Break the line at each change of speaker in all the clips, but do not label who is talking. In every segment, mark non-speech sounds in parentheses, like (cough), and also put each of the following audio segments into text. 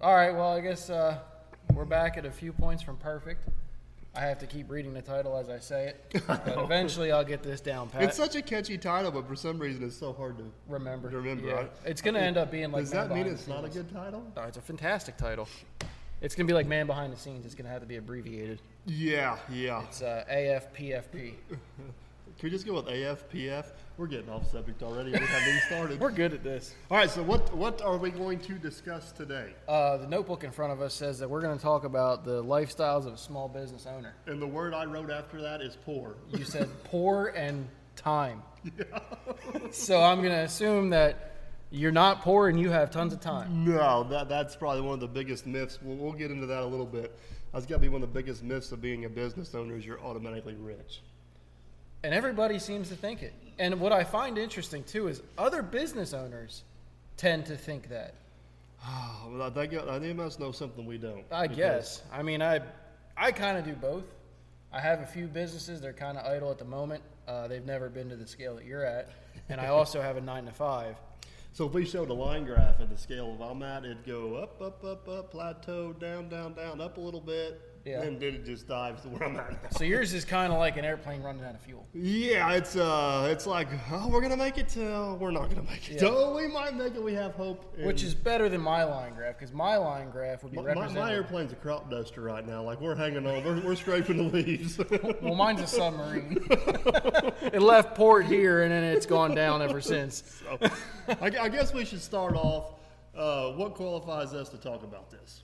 All right, well, I guess uh, we're back at a few points from perfect. I have to keep reading the title as I say it,
(laughs)
but eventually I'll get this down pat.
It's such a catchy title, but for some reason it's so hard to
remember.
remember.
Yeah.
I-
It's going to end up being like
Does
Man
that mean
Behind
it's
the
not a
Scenes.
good title?
No, it's a fantastic title. It's going to be like Man Behind the Scenes. It's going to have to be abbreviated.
Yeah, yeah.
It's uh,
(laughs)
AFPFP.
Can we just go with AFPF? We're getting off subject already. We haven't even started.
We're good at this.
All right, so what what are we going to discuss today?
Uh, the notebook in front of us says that we're going to talk about the lifestyles of a small business owner.
And the word I wrote after that is poor. (laughs)
You said poor and time. so I'm going to assume that you're not poor and you have tons of time.
No, that, that's probably one of the biggest myths. We'll, we'll get into that a little bit. That's got to be one of the biggest myths of being a business owner is you're automatically rich.
And everybody seems to think it. And what I find interesting too is other business owners tend to think that.
Oh, well, I think I- they must know something we don't.
I
because-
guess. I mean, I I kind of do both. I have a few businesses; they're kind of idle at the moment. Uh, they've never been to the scale that you're at, and I also have a nine to five.
So if we showed a line graph of the scale of I'm at, it'd go up, up, up, up, plateau, down, down, down, up a little bit,
Yeah.
and then it just dives to where I'm at. now.
So yours is kind of like an airplane running out of fuel.
Yeah, it's uh, it's like oh, we're gonna make it till we're not gonna make it.
Yeah.
Oh, we might make it. We have hope.
Which
and
is better than my line graph because my line graph would be
my, my,
represented.
my airplane's a crop duster right now. Like we're hanging on, we're, we're scraping the leaves.
(laughs) Well, mine's a submarine.
(laughs)
it left port here and then it's gone down ever since.
I, gu- I guess we should start off. Uh, what qualifies us to talk about this?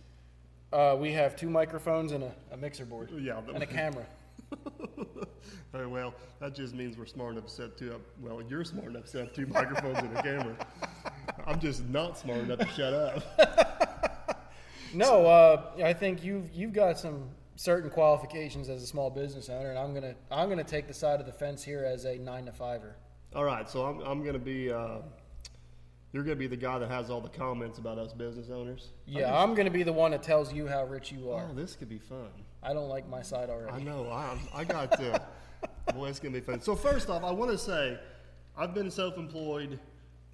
Uh, we have two microphones and a, a mixer board.
Yeah, but- (laughs)
and a camera.
Very Oh, well. That just means we're smart enough to set two up. Well, you're smart enough to set up two (laughs) microphones and a camera. I'm just not smart enough to shut up. (laughs)
No, uh, I think you've you've got some certain qualifications as a small business owner, and I'm gonna I'm gonna take the side of the fence here as a nine to fiver.
All right, so I'm, I'm going to be. Uh, you're going to be the guy that has all the comments about us business owners.
Yeah, I'm gonna be the one that tells you how rich you are.
Oh, this could be fun.
I don't like my side already.
I know. I, I got to. boy, it's going to be fun. So, first off, I want to say I've been self employed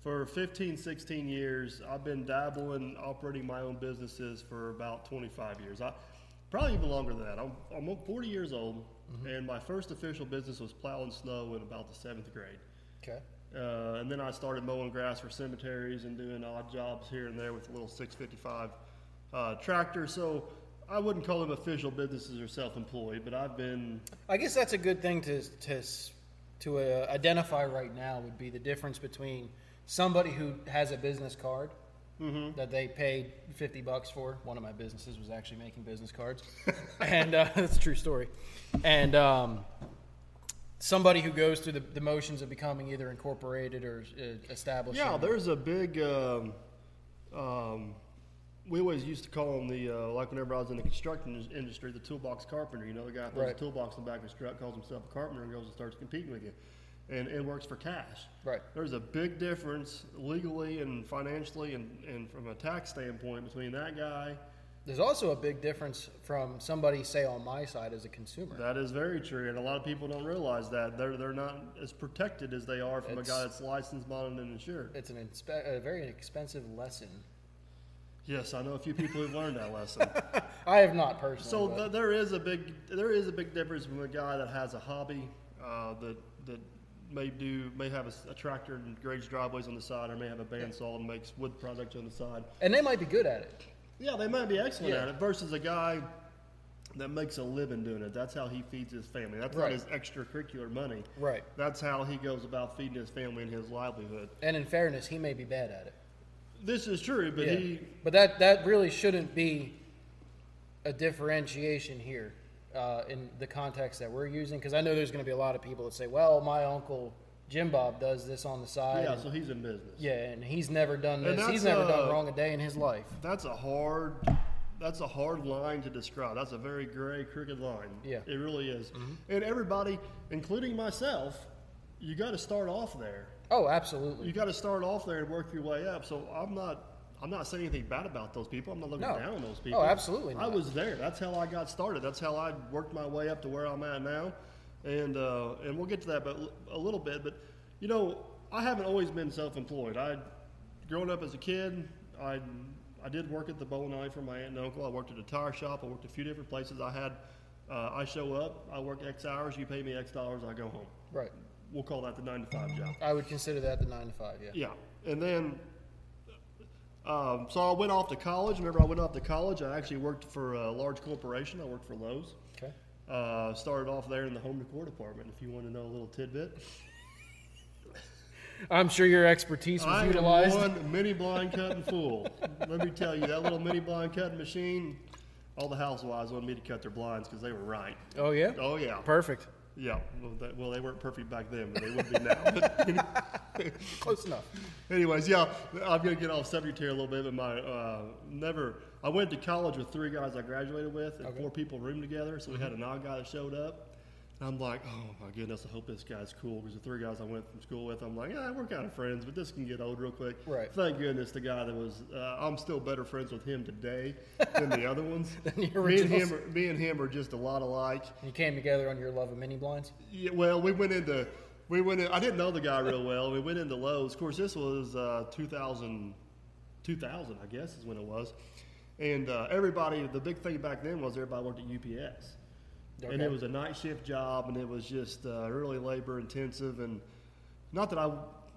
for 15, 16 years. I've been dabbling, operating my own businesses for about 25 years. I Probably even longer than that. I'm, I'm 40 years old, and my first official business was plowing snow in about the seventh grade.
Okay.
Uh, and then I started mowing grass for cemeteries and doing odd jobs here and there with a little 655 uh, tractor. So I wouldn't call them official businesses or self-employed, but I've been
I guess that's a good thing to to s- to uh, identify right now would be the difference between somebody who has a business card
Mm-hmm.
that they paid fifty bucks for. One of my businesses was actually making business cards, (laughs) and uh, (laughs) that's a true story. And um, somebody who goes through the, the motions of becoming either incorporated or uh, established.
yeah. There's a big um, um, we always used to call them the uh, like whenever I was in the construction indus- industry, the toolbox carpenter. You know, the guy that puts
Right.
a toolbox in the back of his truck, calls himself a carpenter, and goes and starts competing with you, and it works for cash.
Right.
There's a big difference legally and financially and, and from a tax standpoint between that guy
There's also a big difference from somebody, say, on my side as a consumer.
That is very true, and a lot of people don't realize that they're they're not as protected as they are from a guy that's licensed, bonded, and insured.
It's an inspe- a very expensive lesson. (laughs)
Yes, I know a few people who've learned that lesson.
(laughs) I have not personally.
So
but
th- there is a big there is a big difference between a guy that has a hobby uh, that that may do may have a, s- a tractor and grades driveways on the side, or may have a bandsaw and makes wood products on the side.
and they might be good at it.
Yeah, they might be excellent at
Yeah.
it versus a guy that makes a living doing it. That's how he feeds his family. That's
Right.
not his extracurricular money.
Right.
That's how he goes about feeding his family and his livelihood.
And in fairness, he may be bad at it.
This is true, but
Yeah.
he
but that that really shouldn't be a differentiation here uh, in the context that we're using because I know there's going to be a lot of people that say, "Well, my uncle Jim Bob does this on the side."
yeah,
and,
so he's in business.
yeah, and he's never done
And
this. He's
that's,
never done
uh,
wrong a day in his life.
That's a hard. That's a hard line to describe. That's a very gray, crooked line.
Yeah.
it really is. And everybody, including myself, you got to start off there.
Oh,
You
absolutely.
got to start off there and work your way up. So I'm not. I'm not saying anything bad about those people. I'm not looking
No.
down on those
Oh,
people.
absolutely
I
not.
was there. That's how I got started. That's how I worked my way up to where I'm at now. And uh, and we'll get to that, but l- a little bit. But you know, I haven't always been self-employed. I, growing up as a kid, I I did work at the bowling alley for my aunt and uncle. I worked at a tire shop. I worked a few different places. I had. Uh, I show up. I work X hours. You pay me X dollars. I go home.
Right.
We'll call that the nine to five job.
I would consider that the nine to five. Yeah.
Yeah, and then, um, so I went off to college. Remember, I went off to college. I actually worked for a large corporation. I worked for Lowe's.
Okay.
Uh, started off there in the home decor department. If you want to know a little tidbit,
I'm sure your expertise was
I am
utilized.
one mini blind cutting fool. Let me tell you, that little mini blind cutting machine. All the housewives wanted me to cut their blinds because they were right.
Oh yeah.
Oh yeah.
Perfect.
Yeah, well they, well, they weren't perfect back then, but they would be now. (laughs)
Close enough.
Anyways, yeah, I'm gonna get off subject here a little bit, but my uh, never. I went to college with three guys I graduated with, and four people roomed together. So we
Mm-hmm.
had an odd guy that showed up, and I'm like, oh my goodness, I hope this guy's cool because the three guys I went from school with, I'm like, yeah, we're kind of friends, but this can get old real quick.
Right.
Thank goodness the guy that was, uh, I'm still better friends with him today than the other ones.
(laughs) the
me and
originals.
him, are- me and him are just a lot alike.
You came together on your love of mini blinds.
Yeah, well, we went into we went. In, I didn't know the guy real well. We went into Lowe's. Of course, this was uh, 2000, 2000, I guess is when it was. And uh, everybody, the big thing back then was everybody worked at UPS, and
Okay.
it was a night shift job, and it was just uh, really labor intensive. And not that I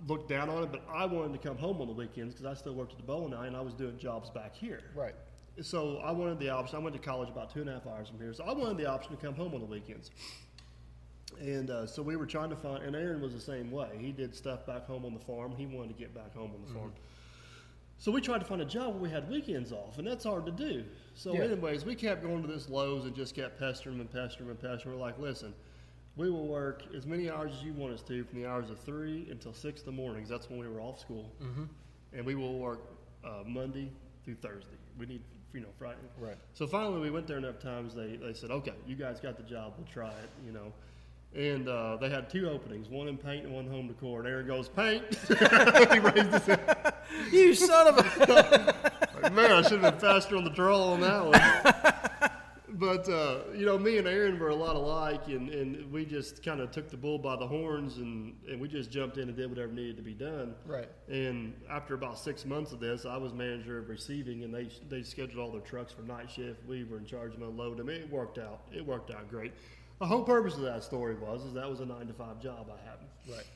looked down on it, but I wanted to come home on the weekends because I still worked at the bowling alley and I was doing jobs back here.
Right.
So I wanted the option. I went to college about two and a half hours from here, so I wanted the option to come home on the weekends. And uh, so we were trying to find, and Aaron was the same way. He did stuff back home on the farm. He wanted to get back home on the farm. So we tried to find a job where we had weekends off, and that's hard to do. So,
Yeah.
anyways, we kept going to this Lowe's and just kept pestering 'em and pestering 'em and pestering. 'em. We're like, listen, we will work as many hours as you want us to, from the hours of three until six in the mornings. That's when we were off school, and we will work uh, Monday through Thursday. We need, you know, Friday.
Right.
So finally, we went there enough times. They they said, okay, you guys got the job. We'll try it. You know. And uh, they had two openings, one in paint and one home decor. And Aaron goes, paint. (laughs) he raised his hand.
You son of a.
Man, I should have been faster on the draw on that one.
(laughs)
But uh, you know, me and Aaron were a lot alike, and, and we just kind of took the bull by the horns, and, and we just jumped in and did whatever needed to be done.
Right.
And after about six months of this, I was manager of receiving, and they they scheduled all their trucks for night shift. We were in charge of unloading. them. It worked out. It worked out great. The whole purpose of that story was is that was a nine to five job I had.
Right.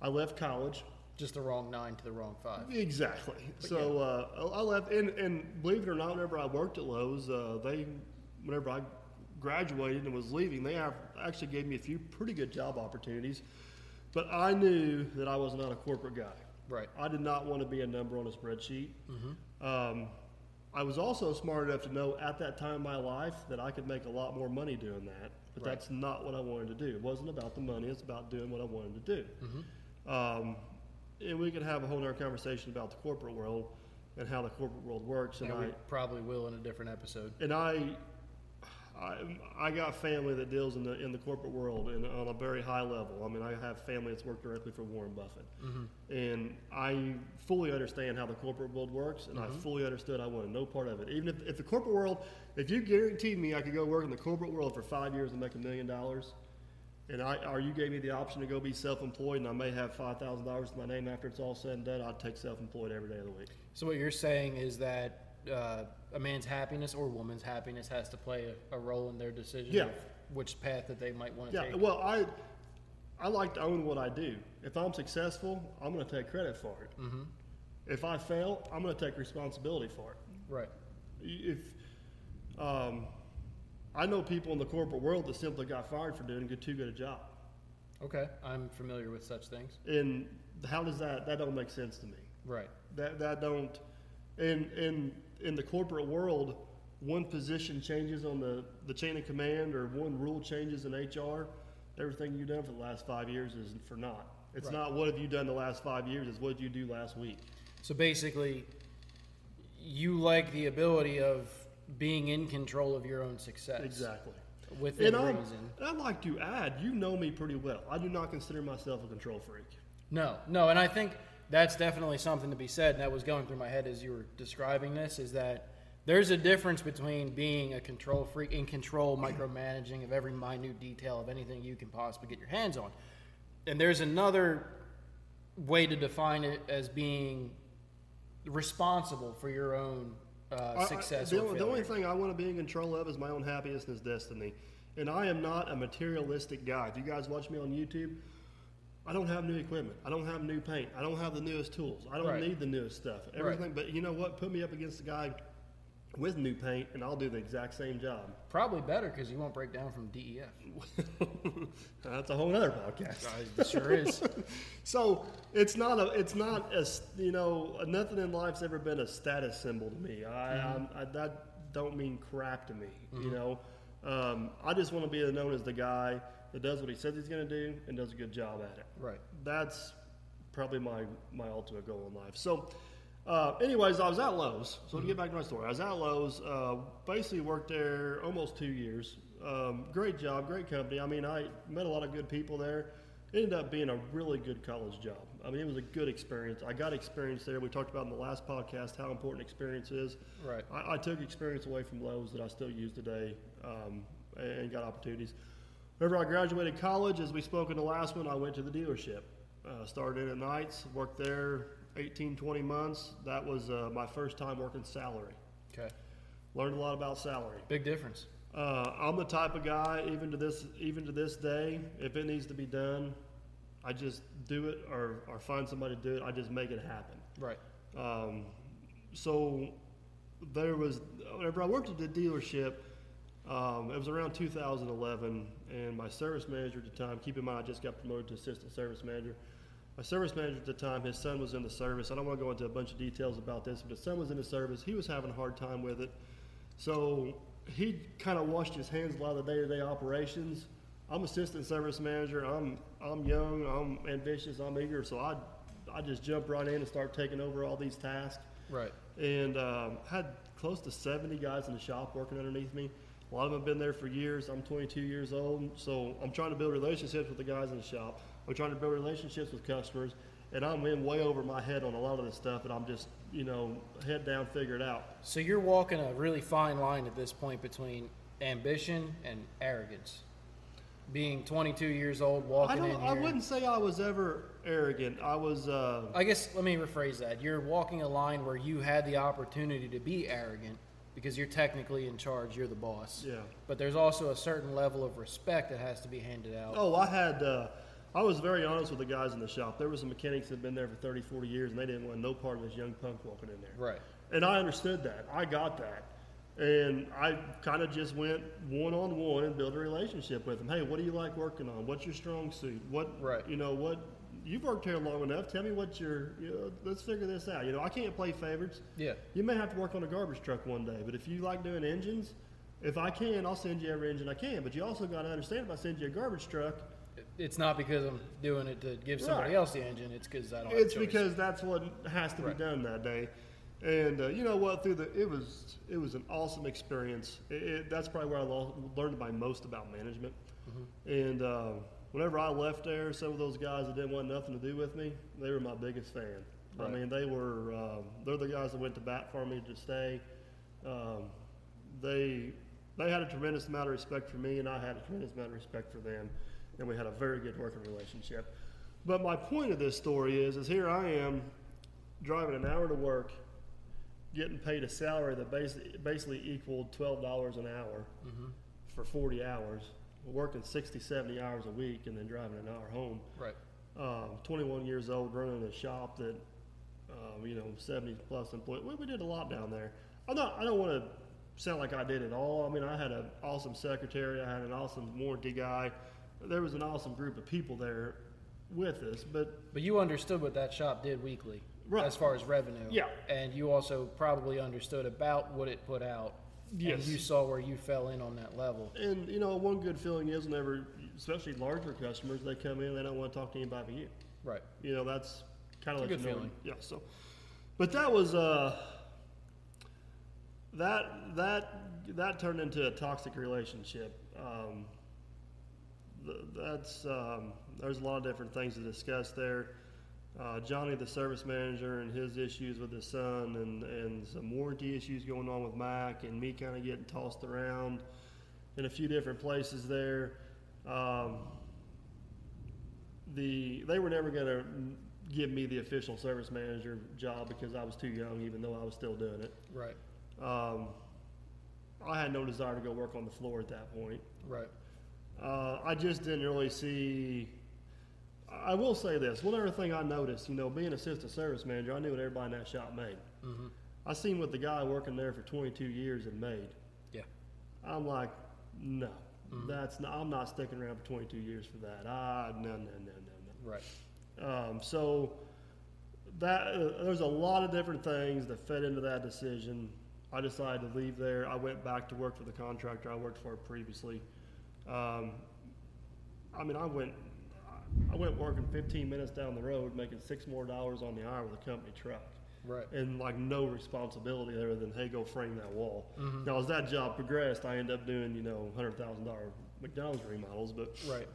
I left college.
Just the wrong nine to the wrong five.
Exactly. so uh, I I left, and, and believe it or not, whenever I worked at Lowe's, uh, they, whenever I graduated and was leaving, they have- actually gave me a few pretty good job opportunities. But I knew that I was not a corporate guy.
Right. Mm-hmm.
I did not want to be a number on a spreadsheet. Um, I was also smart enough to know at that time in my life that I could make a lot more money doing that, but that's not what I wanted to do. It wasn't about the money; it's about doing what I wanted to do.
Mm-hmm.
Um, and we could have a whole nother conversation about the corporate world and how the corporate world works. And
And we
I
probably will in a different episode.
and I I, I got family that deals in the in the corporate world and on a very high level. I mean, I have family that's worked directly for Warren Buffett, and I fully understand how the corporate world works, and I fully understood I wanted no part of it. Even if, if the corporate world, if you guaranteed me I could go work in the corporate world for five years and make a million dollars, and I or you gave me the option to go be self-employed, and I may have five thousand dollars to my name after it's all said and done, I'd take self-employed every day of the week.
So what you're saying is that uh, a man's happiness or woman's happiness has to play a, a role in their decision
Yeah.
of which path that they might want to
Yeah,
take.
well, I I like to own what I do. If I'm successful, I'm going to take credit for it. Mm-hmm. If I fail, I'm going to take responsibility for it.
right.
If um, I know people in the corporate world that simply got fired for doing good too good a job,
Okay. I'm familiar with such things.
and how does that that don't make sense to me?
Right.
That that don't in in in the corporate world, one position changes on the the chain of command or one rule changes in HR, everything you've done for the last five years is for naught. It's
Right.
not what have you done the last five years, it's what did you do last week.
So basically, you like the ability of being in control of your own success.
Exactly.
Within
And, I'm,
reason.
and I'd like to add, you know me pretty well. I do not consider myself a control freak.
No, no, and I think that's definitely something to be said. And that was going through my head as you were describing this is that there's a difference between being a control freak in control, micromanaging of every minute detail of anything you can possibly get your hands on. And there's another way to define it as being responsible for your own
I-
uh,
I-
success.
the,
or
only- the only
failure.
thing I want to be in control of is my own happiness and destiny. And I am not a materialistic guy. If you guys watch me on YouTube, I don't have new equipment. I don't have new paint. I don't have the newest tools. I don't
Right.
need the newest stuff. Everything. But you know what? Put me up against a guy with new paint, and I'll do the exact same job. (laughs)
Probably better because you won't break down from E DEF.
That's a whole other podcast.
It sure
(laughs)
is.
So it's not a, it's not as you know, nothing in life's ever been a status symbol to me. I, I'm- I that don't mean crap to me. You know, um, I just want to be known as the guy that does what he says he's going to do and does a good job at it.
Right.
That's probably my my ultimate goal in life. So. Uh, anyways, I was at Lowe's. So to get back to my story, I was at Lowe's. Uh, basically, worked there almost two years. Um, great job, great company. I mean, I met a lot of good people there. It ended up being a really good college job. I mean, it was a good experience. I got experience there. We talked about in the last podcast how important experience is.
Right.
I, I took experience away from Lowe's that I still use today um, and, and got opportunities. Whenever I graduated college, as we spoke in the last one, I went to the dealership. Uh, started in at nights, worked there 18, 20 months. That was uh, my first time working salary.
Okay.
Learned a lot about salary.
Big difference.
Uh, I'm the type of guy, even to this, even to this day, if it needs to be done, I just do it or, or find somebody to do it. I just make it happen.
Right.
Um, so there was whenever I worked at the dealership, um, it was around 2011, and my service manager at the time. Keep in mind, I just got promoted to assistant service manager. My service manager at the time, his son was in the service. I don't want to go into a bunch of details about this, but his son was in the service. He was having a hard time with it, so he kind of washed his hands a lot of the day-to-day operations. I'm assistant service manager. I'm I'm young. I'm ambitious. I'm eager. So I I just jump right in and start taking over all these tasks
Right.
and um, had close to 70 guys in the shop working underneath me. A lot of them have been there for years. I'm 22 years old, so I'm trying to build relationships with the guys in the shop. I'm trying to build relationships with customers, and I'm in way over my head on a lot of this stuff, and I'm just, you know, head down, figure it out.
So you're walking a really fine line at this point between ambition and arrogance. Being 22 years old,
I
walking
don't.
in here.
I wouldn't say I was ever arrogant. I was. Uh,
I guess let me rephrase that. You're walking a line where you had the opportunity to be arrogant because you're technically in charge. You're the boss.
Yeah.
But there's also a certain level of respect that has to be handed out.
Oh, I had. Uh, I was very honest with the guys in the shop. There were some mechanics that had been there for 30, 40 years, and they didn't want no part of this young punk walking in there.
Right.
And I understood that. I got that. And I kind of just went one on one and built a relationship with them. Hey, what do you like working on? What's your strong suit? What,
Right.
you know, what, you've worked here long enough. Tell me what your, you know, let's figure this out. You know, I can't play favorites.
Yeah.
You may have to work on a garbage truck one day, but if you like doing engines, if I can, I'll send you every engine I can. But you also got to understand if I send you a garbage truck,
It's not because I'm doing it to give somebody
Right.
else the engine. It's because I don't. have
it's
a choice.
because that's what has to
Right.
be done that day. And uh, you know what? Through the it was it was an awesome experience. It, it, that's probably where I lo- learned my most about management.
Mm-hmm.
And uh, whenever I left there, some of those guys that didn't want nothing to do with me, they were my biggest fan. I mean, they were um, they're the guys that went to bat for me to stay. Um, they they had a tremendous amount of respect for me, and I had a tremendous amount of respect for them, and we had a very good working relationship. But my point of this story is, is here I am driving an hour to work, getting paid a salary that basically, basically equaled twelve dollars an hour for forty hours, working 60, 70 hours a week, and then driving an hour home.
Right.
Um, 21 years old, running a shop that, um, you know, 70 plus employees. We, we did a lot down there. I'm not. I don't want to sound like I did at all. I mean, I had an awesome secretary. I had an awesome warranty guy. There was an awesome group of people there with us, but
But you understood what that shop did weekly,
Right.
as far as revenue.
Yeah.
And you also probably understood about what it put out.
Yes.
And you saw where you fell in on that level.
And you know, one good feeling is whenever, especially larger customers, they come in, they don't want to talk to anybody but you.
Right.
You know, that's kind of
It's a
like you
good
know-
feeling.
Yeah. So, but that was uh, that that that turned into a toxic relationship. Um, th- that's um, there's a lot of different things to discuss there. Uh, Johnny, the service manager, and his issues with his son, and and some warranty issues going on with Mike, and me kind of getting tossed around in a few different places there. Um, the they were never going to give me the official service manager job because I was too young, even though I was still doing it.
Right.
Um, I had no desire to go work on the floor at that point.
Right.
Uh, I just didn't really see. I will say this: one other thing I noticed, you know, being assistant service manager, I knew what everybody in that shop made. I seen what the guy working there for 22 years had made.
Yeah.
I'm like, no, that's not, I'm not sticking around for 22 years for that. Ah, no, no, no, no, no.
Right.
Um, so that uh, there's a lot of different things that fed into that decision. I decided to leave there. I went back to work for the contractor I worked for previously. Um, I mean, I went I went working 15 minutes down the road, making six more dollars on the hour with a company truck.
Right.
And like no responsibility other than hey, go frame that wall. Now as that job progressed, I ended up doing you know hundred thousand dollar McDonald's remodels, but
Right.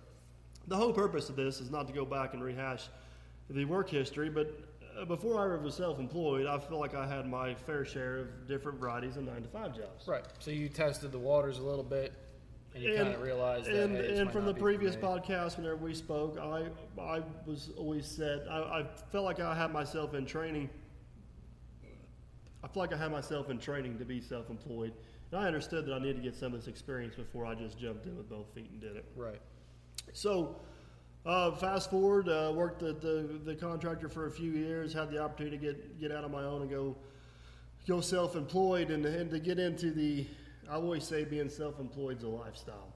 the whole purpose of this is not to go back and rehash the work history, but uh, before I was self employed, I feel like I had my fair share of different varieties of nine to five jobs.
Right. So you tested the waters a little bit, and you kind of realized that.
and,
hey, this
and
might
from
not
the
be for
previous
me.
podcast, whenever we spoke, I I was always said I, I felt like I had myself in training. I feel like I had myself in training to be self-employed, and I understood that I needed to get some of this experience before I just jumped in with both feet and did it.
Right.
So, uh, fast forward, uh, worked at the, the contractor for a few years, had the opportunity to get, get out on my own and go go self employed and, and to get into the, I always say being self employed is a lifestyle.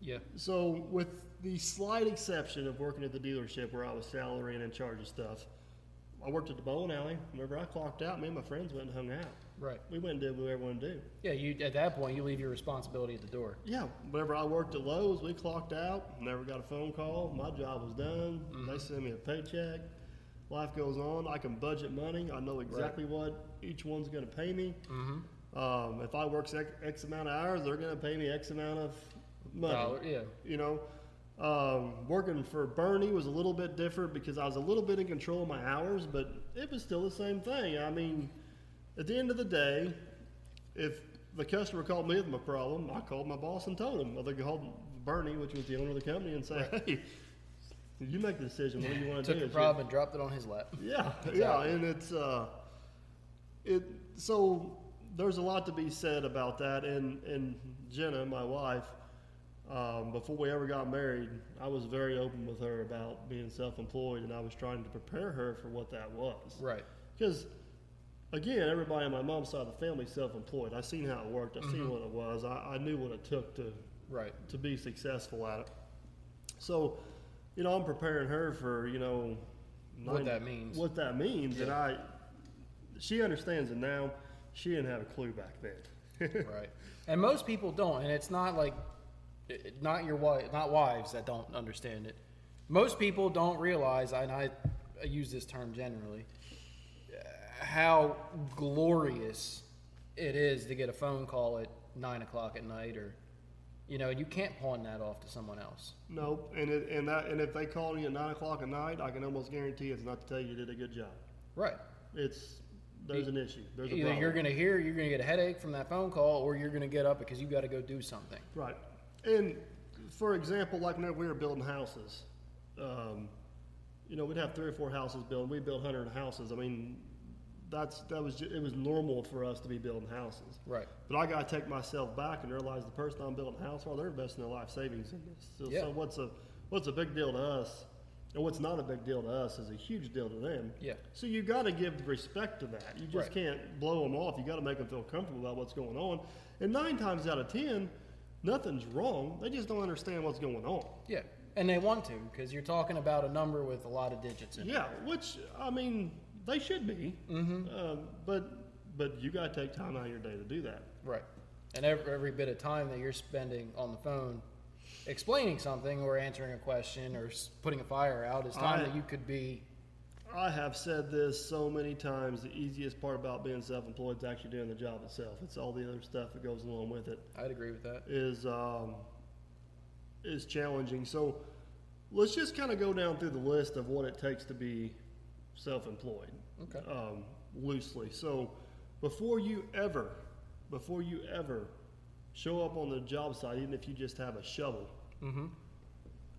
Yeah.
So, with the slight exception of working at the dealership where I was salary and in charge of stuff, I worked at the bowling alley. Remember, I clocked out, me and my friends went and hung out.
Right.
We went and did what everyone do.
Yeah. You at that point you leave your responsibility at the door.
Yeah, whenever I worked at Lowe's, we clocked out, never got a phone call. My job was done.
Mm-hmm.
They send me a paycheck. Life goes on. I can budget money. I know exactly what each one's going to pay me.
Mm-hmm.
Um, if I work X, X amount of hours, they're going to pay me X amount of money.
Dollar- yeah.
You know, um, working for Bernie was a little bit different because I was a little bit in control of my hours, but it was still the same thing. I mean, at the end of the day, if the customer called me with a problem, I called my boss and told him. I called Bernie, which was the owner of the company, and say, "Hey, you make the decision. What do you want to
Took
do?"
the
It's
problem and dropped it on his lap.
your- yeah, yeah, and it's uh, it. So there's a lot to be said about that. And and Jenna, my wife, um, before we ever got married, I was very open with her about being self-employed, and I was trying to prepare her for what that was.
Right.
Because, again, everybody on my mom's side of the family is self-employed. I seen how it worked. I seen what it was. I, I knew what it took to
Right.
to be successful at it. So, you know, I'm preparing her for you know
What that means.
What that means, and I she understands it now. She didn't have a clue back then. (laughs)
Right. And most people don't, and it's not like, it- it- not your wife, not wives that don't understand it. Most people don't realize, and I, I use this term generally. uh, how glorious it is to get a phone call at nine o'clock at night, or you know, you can't pawn that off to someone else.
Nope. And it, and that and if they call you at nine o'clock at night, I can almost guarantee it's not to tell you you did a good job.
Right.
It's there's an issue. There's a
E Either
problem.
you're going to hear, you're going to get a headache from that phone call, or you're going to get up because you got to go do something.
Right. And for example, like whenever we were building houses, um, you know, we'd have three or four houses built. We built hundred houses. I mean, that's that was ju- it was normal for us to be building houses.
Right.
But I gotta take myself back and realize the person I'm building a house for, they're investing their life savings in this. So,
Yeah.
so what's a what's a big deal to us, and what's not a big deal to us is a huge deal to them.
Yeah.
So you got to give respect to that. You just
Right.
can't blow them off. You got to make them feel comfortable about what's going on. And nine times out of ten, nothing's wrong. They just don't understand what's going on.
Yeah. And they want to because you're talking about a number with a lot of digits in it.
Yeah, which I mean, they should be. Mm-hmm. Um, but but you got to take time out of your day to do that.
Right. And every, every bit of time that you're spending on the phone explaining something or answering a question or s- putting a fire out is time
I-
that you could be.
I have said this so many times. The easiest part about being self-employed is actually doing the job itself. It's all the other stuff that goes along with it.
I'd agree with that.
is um, is challenging. So let's just kind of go down through the list of what it takes to be self-employed,
Okay.
um, loosely. So before you ever, before you ever show up on the job site, even if you just have a shovel.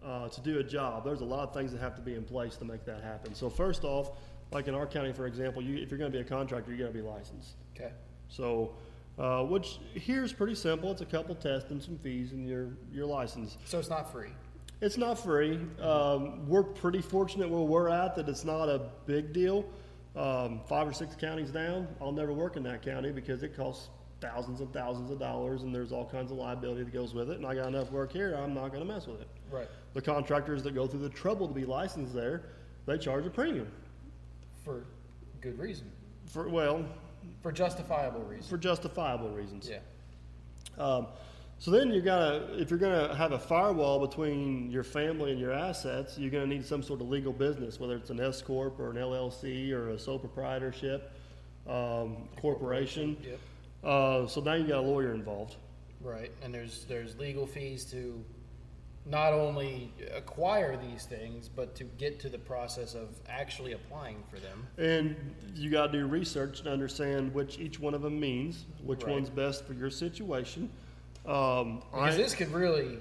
Uh, to do a job, there's a lot of things that have to be in place to make that happen. So first off, like in our county, for example, you, if you're going to be a contractor, you got to be licensed.
Okay.
So, uh, which here is pretty simple. It's a couple tests and some fees and your your license.
So it's not free.
It's not free. Um, we're pretty fortunate where we're at that it's not a big deal. Um, five or six counties down, I'll never work in that county because it costs thousands and thousands of dollars and there's all kinds of liability that goes with it. And I got enough work here, I'm not going to mess with it.
Right.
The contractors that go through the trouble to be licensed there, they charge a premium
For good reason.
for well
For justifiable reason.
for justifiable reasons.
yeah.
Um, so then you gotta, if you're gonna have a firewall between your family and your assets, you're gonna need some sort of legal business, whether it's an S corp or an LLC or a sole proprietorship um, corporation.
Yep.
Uh, so now you got a lawyer involved.
Right. And there's there's legal fees to not only acquire these things but to get to the process of actually applying for them.
And you got to do research to understand which each one of them means, which
Right.
one's best for your situation. Um,
Because
I-
this could really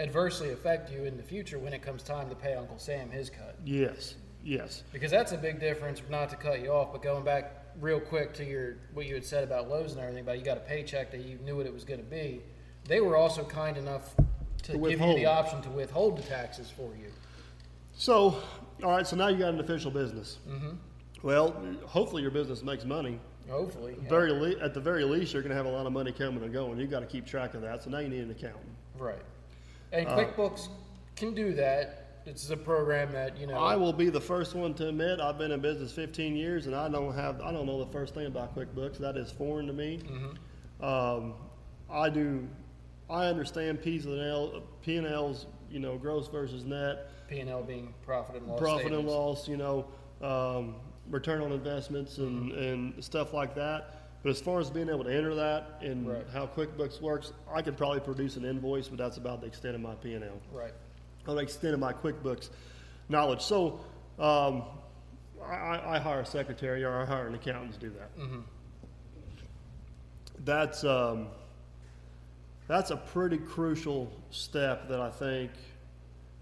adversely affect you in the future when it comes time to pay Uncle Sam his cut.
yes, yes.
Because that's a big difference, not to cut you off, but going back real quick to your what you had said about Lowe's and everything, about you got a paycheck that you knew what it was going to be. They were also kind enough to,
To
give you
withhold.
the option to withhold the taxes for you.
So, all right, so now you got an official business. Mm-hmm. Well, hopefully your business makes money.
Hopefully. yeah.
Very le- at the very least, you're going to have a lot of money coming and going. You've got to keep track of that. So now you need an accountant.
Right. And
Uh,
QuickBooks can do that. It's a program that, you know.
I will be the first one to admit I've been in business 15 years and I don't have I don't know the first thing about QuickBooks. That is foreign to me. Um, I do I understand P's and L, P and L's, you know, gross versus net.
P&L being profit and loss.
profit and
statements.
loss, you know, um, return on investments and,
Mm-hmm.
and stuff like that. But as far as being able to enter that and
Right.
how QuickBooks works, I could probably produce an invoice, but that's about the extent of my P and L,
Right.
or the extent of my QuickBooks knowledge. So um, I- I, I hire a secretary or I hire an accountant to do that.
Mm-hmm.
That's um, that's a pretty crucial step that I think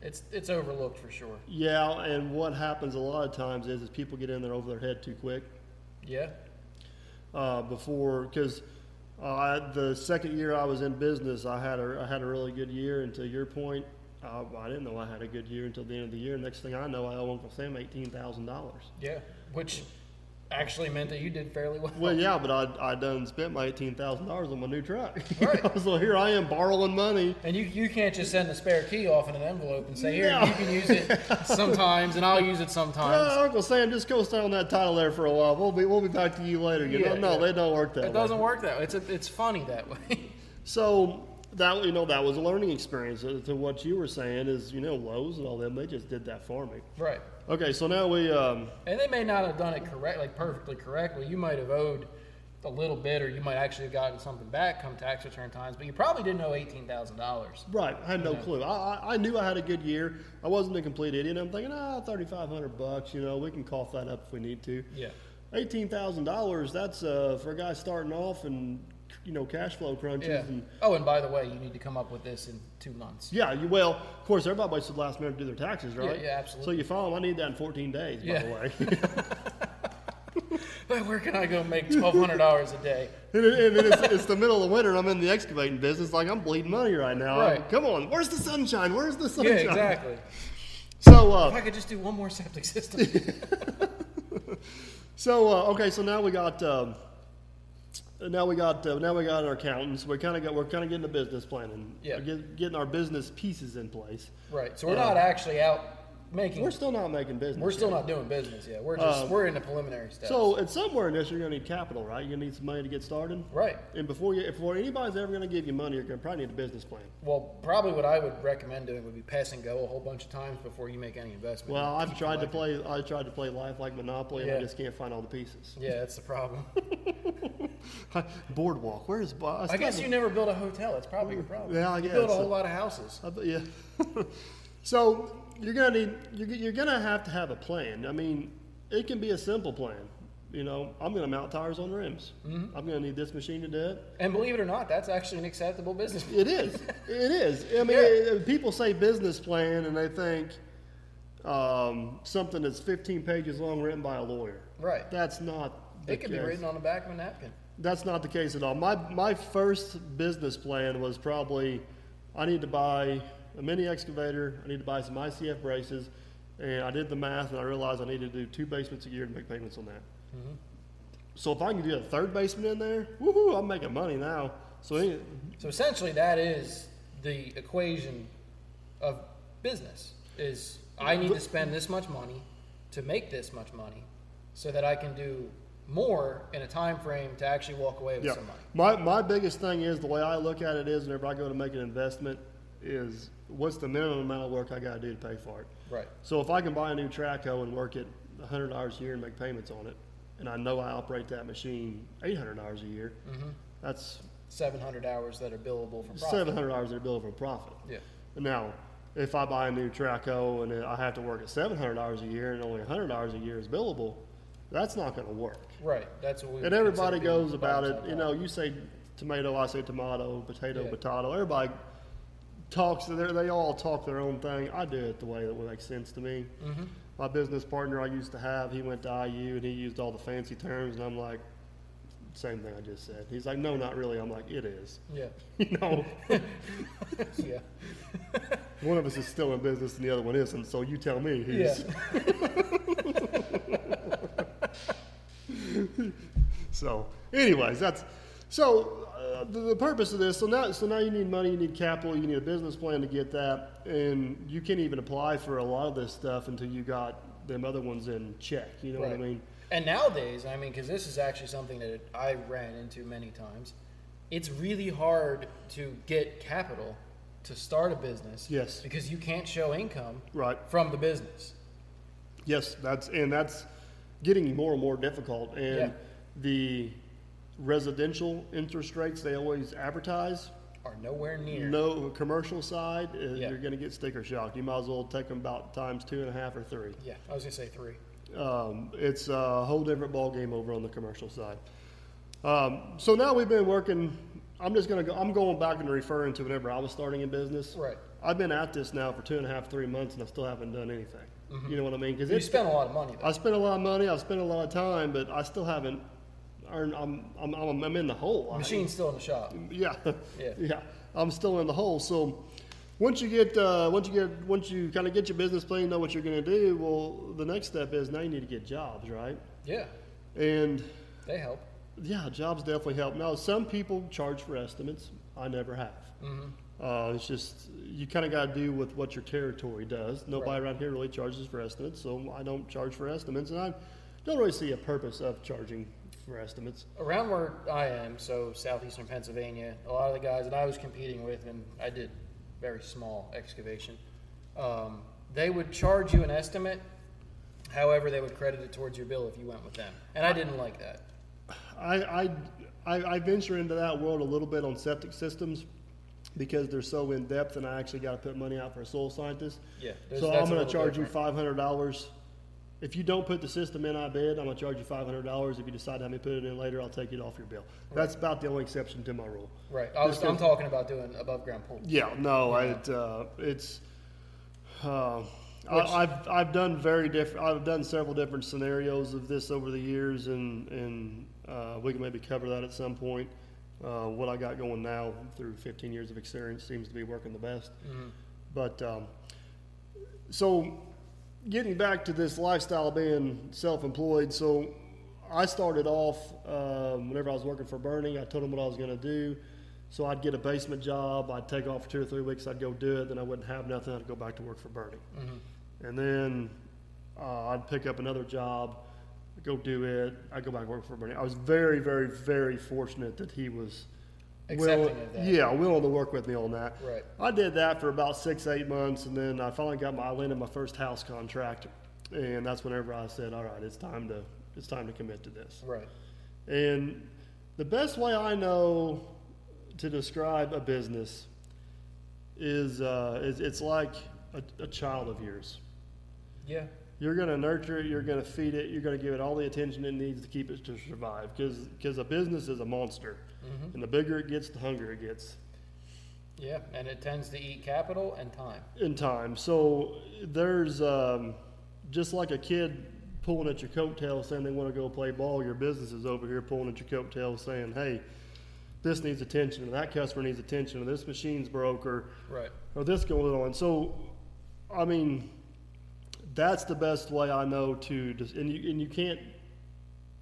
It's, it's overlooked for sure.
yeah, and what happens a lot of times is, is people get in there over their head too quick
Yeah.
uh, before because uh, the second year I was in business, I had a I had a really good year. And to your point, I, I didn't know I had a good year until the end of the year. Next thing I know, I owe Uncle Sam eighteen thousand dollars.
Yeah. Which actually meant that you did fairly well.
Well, yeah, but I I done spent my eighteen thousand dollars on my new truck. (laughs)
Right.
so here I am borrowing money.
And you, you can't just send the spare key off in an envelope and say, here,
No.
you can use
(laughs)
it sometimes, and I'll use it sometimes.
"Uh, Uncle Sam, just go stay on that title there for a while. We'll be we'll be back to you later. You
Yeah,
know, no,
yeah.
they don't work that.
it
way.
doesn't work that way. It's, a, it's funny that way. (laughs)
So that you know that was a learning experience. Uh, To what you were saying is you know Lowe's and all them they just did that for me.
right.
Okay, so now we um,
And they may not have done it correct, like perfectly correctly. You might have owed a little bit, or you might actually have gotten something back come tax return times, but you probably didn't owe eighteen thousand dollars.
Right, I had no clue. I, I, I knew I had a good year. I wasn't a complete idiot. I'm thinking, ah, thirty five hundred bucks. You know, we can cough that up if we need to.
Yeah.
eighteen thousand dollars. That's uh, for a guy starting off and you know cash flow crunches
Yeah.
and
Oh, and by the way, you need to come up with this in two months.
yeah. You, well, of course, everybody waits till the last minute to do their taxes, right?
yeah, absolutely.
So you file them. I need that in fourteen days, by
Yeah.
the
(laughs)
way.
Where can I go make twelve hundred dollars a
(laughs)
day?
and it- and it's, it's the middle of winter. and I'm in the excavating business. Like I'm bleeding money right now. I'm-
Right.
come on, where's the sunshine? Where's the
Yeah,
sunshine?
exactly.
So uh,
If I could just do one more septic (laughs) system.
So uh, okay, so now we got um, now we got uh, now we got our accountants. We're kind of got we're kind of getting the business planning.
Yeah.
We're get, getting our business pieces in place.
right. So we're not actually out making.
We're still not making business.
we're still not doing business yet. We're just we're in the preliminary steps.
So at somewhere in this, you're going to need capital, right? You're going to need some money to get started.
right.
And before you, before anybody's ever going to give you money, you're going to probably need a business plan.
Well, probably what I would recommend doing would be pass and go a whole bunch of times before you make any investment.
Well, I've
Keep
tried to
collecting.
play. I tried to play life like Monopoly, and
Yeah.
I just can't find all the pieces.
Yeah, that's the (laughs) problem.
Boardwalk. Where is? Bo-
I
still
guess
haven't-
you never built a hotel. That's probably your problem.
Yeah, I
You built a
guess.
whole lot of houses.
I bet- yeah. (laughs) so you're gonna need you're, g- you're gonna have to have a plan. I mean, it can be a simple plan. You know, I'm gonna mount tires on rims.
Mm-hmm.
I'm gonna need this machine to do it.
And believe it or not, that's actually an acceptable business. (laughs)
It is. it is. I mean,
Yeah.
it- people say business plan and they think um, something that's 15 pages long written by a lawyer.
Right.
That's not. the
It could be
case.
written on the back of a napkin.
That's not the case at all. My my first business plan was probably I need to buy a mini excavator, I need to buy some ICF braces, and I did the math and I realized I needed to do two basements a year to make payments on that. So if I can get a third basement in there, woohoo, I'm making money now. So any-
So essentially, that is the equation of business: is I need to spend this much money to make this much money, so that I can do more in a time frame to actually walk away with
yeah.
some money.
My my biggest thing is the way I look at it is whenever I go to make an investment is what's the minimum amount of work I got to do to pay for it.
Right.
So if I can buy a new Traco and work it hundred dollars a year and make payments on it, and I know I operate that machine eight hundred dollars a year, that's
Seven hundred hours that are billable for Mm-hmm. profit.
seven hundred dollars they're billing for profit.
Yeah.
Now, if I buy a new Traco and I have to work at seven hundred dollars a year and only hundred dollars a year is billable, that's not going to work.
Right. That's what we.
And
would
everybody
consider being
goes about it.
bottom-side
You know, you say tomato, I say tomato, potato,
Yeah.
potato. Everybody talks. They they all talk their own thing. I do it the way that makes sense to me.
Mm-hmm.
My business partner I used to have, he went to IU and he used all the fancy terms, and I'm like, same thing I just said. He's like, no, not really. I'm like, it is.
Yeah.
(laughs) You know,
(laughs) Yeah. (laughs)
one of us is still in business and the other one isn't. So you tell me who's.
Yeah.
(laughs) So, anyways, that's so uh, the, the purpose of this. So now, so now you need money, you need capital, you need a business plan to get that, and you can't even apply for a lot of this stuff until you got them other ones in check. You know what
Right.
I mean?
And nowadays, I mean, because this is actually something that I ran into many times, it's really hard to get capital to start a business.
Yes.
Because you can't show income
Right.
from the business.
Yes, that's and that's getting more and more difficult. And
Yeah.
the residential interest rates they always advertise.
Are nowhere near.
No commercial side, uh,
Yeah.
you're going to get sticker shock. You might as well take them about times two and a half or three.
Yeah, I was gonna say three.
Um, it's a whole different ball game over on the commercial side. Um, so now we've been working. I'm just gonna go. I'm going back and referring to whenever I was starting in business.
Right.
I've been at this now for two and a half, three months, and I still haven't done anything. You know what I mean? Because
Mm-hmm. You spent a lot of money. Though.
I spent a lot of money. I spent a lot of time, but I still haven't earned. I'm I'm I'm, I'm in the hole. I-
Machine's still in the shop.
(laughs) yeah,
Yeah.
I'm still in the hole. So once you get, uh, once you get, once you kind of get your business plan, know what you're going to do. Well, the next step is now you need to get jobs, right?
Yeah,
And
they help.
yeah, jobs definitely help. Now, some people charge for estimates. I never have. Uh, it's just you kind of got to do with what your territory does. Nobody around here really charges for estimates, so I don't charge for estimates, and I don't really see a purpose of charging for estimates.
Around where I am, so southeastern Pennsylvania, a lot of the guys that I was competing with, and I did very small excavation, um, they would charge you an estimate However, they would credit it towards your bill if you went with them. And I didn't like that.
I, I, I, I venture into that world a little bit on septic systems because they're so in depth, and I actually got to put money out for a soil scientist.
Yeah, there's-
So
that's
I'm
a
going to
little
charge you
different.
five hundred dollars. If you don't put the system in, I bid. I'm going to charge you five hundred dollars. If you decide to have me put it in later, I'll take it off your bill. That's about the only exception to my rule.
Right. I was,
Just
I'm
'cause-
talking about doing above ground pool.
Yeah, no, I- it, uh, it's. Uh, I, I've I've done very different. I've done several different scenarios of this over the years, and and uh, we can maybe cover that at some point. Uh, what I got going now through 15 years of experience seems to be working the best. But um, so, getting back to this lifestyle being self-employed, so I started off um, whenever I was working for Burning. I told him what I was going to do. So I'd get a basement job. I'd take off for two or three weeks. I'd go do it. Then I wouldn't have nothing. I'd go back to work for Burning. And then uh, I'd pick up another job, go do it. I'd go back to work for Burning. I was very, very, very fortunate that he was
Accepting
willing-
of that.
Yeah, willing to work with me on that.
Right.
I did that for about six, eight months, and then I finally got my I landed my first house contract, and that's whenever I said, "All right, it's time to it's time to commit to this."
Right.
And the best way I know to describe a business is, uh, is it's like a, a child of yours.
Yeah.
You're going to nurture it, you're going to feed it, you're going to give it all the attention it needs to keep it to survive because a business is a monster.
Mm-hmm.
And the bigger it gets, the hungrier it gets.
Yeah. And it tends to eat capital and time.
in time. So there's um, just like a kid pulling at your coattail saying they want to go play ball. Your business is over here pulling at your coattail saying, "Hey, this needs attention, and that customer needs attention, or this machine's broke, or
Right.
or this going on." So, I mean, that's the best way I know to. Just, and you and you can't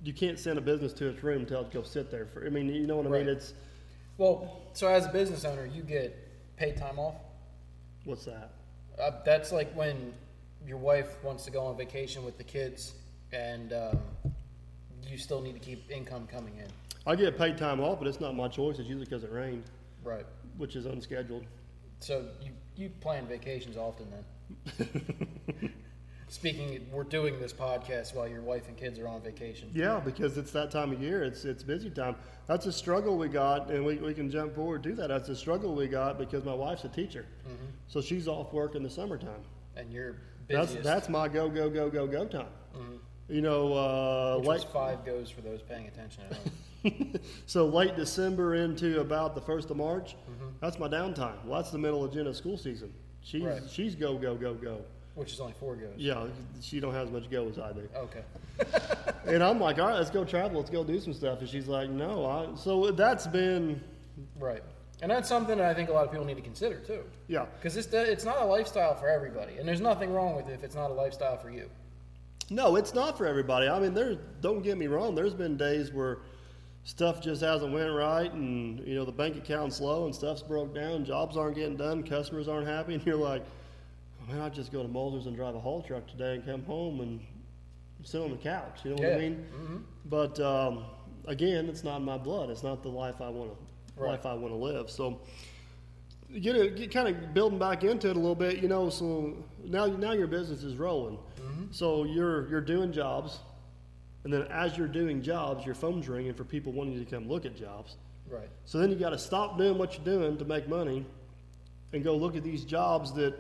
you can't send a business to its room until it go sit there for. I mean, you know what I
Right.
mean? It's
Well, so as a business owner, you get paid time off.
what's that?
Uh, that's like when your wife wants to go on vacation with the kids and um, you still need to keep income coming in.
I get paid time off, but it's not my choice. It's usually because it rained,
Right.
which is unscheduled.
So you, you plan vacations often then? Speaking, we're doing this podcast while your wife and kids are on vacation.
(laughs) Yeah, because it's that time of year. It's it's busy time. That's a struggle we got, and we, we can jump forward to that. That's a struggle we got because my wife's a teacher,
Mm-hmm.
so she's off work in the summertime.
And you're
That's
busiest. Mm-hmm.
that's my go go go go go time. You know, uh,
which was
late
five goes for those paying attention at
(laughs)
home.
so late December into about the first of March.
Mm-hmm.
That's my downtime. Well, that's the middle of Jenna's school season. She's
Right.
she's go go go go.
which is only four goes.
Yeah, she don't have as much go as I do.
Okay. (laughs)
And I'm like, all right, let's go travel. Let's go do some stuff. And she's like, no. I, so that's been
Right. And that's something that I think a lot of people need to consider too.
yeah.
Because it's, it's not a lifestyle for everybody. And there's nothing wrong with it if it's not a lifestyle for you.
No, it's not for everybody. I mean, there. Don't get me wrong. There's been days where stuff just hasn't went right, and you know the bank account's low, and stuff's broke down, jobs aren't getting done, customers aren't happy, (laughs) and you're like, oh, man, I just go to Mulder's and drive a haul truck today, and come home and sit on the couch. You know what
Yeah. Mm-hmm.
I mean? But um, again, it's not in my blood. It's not the life I want to
Right.
life I want to live. So. Get, it, get kind of building back into it a little bit, you know. So now, now your business is rolling.
Mm-hmm.
So you're you're doing jobs, and then as you're doing jobs, your phone's ringing for people wanting you to come look at jobs.
Right.
So then you got to stop doing what you're doing to make money and go look at these jobs that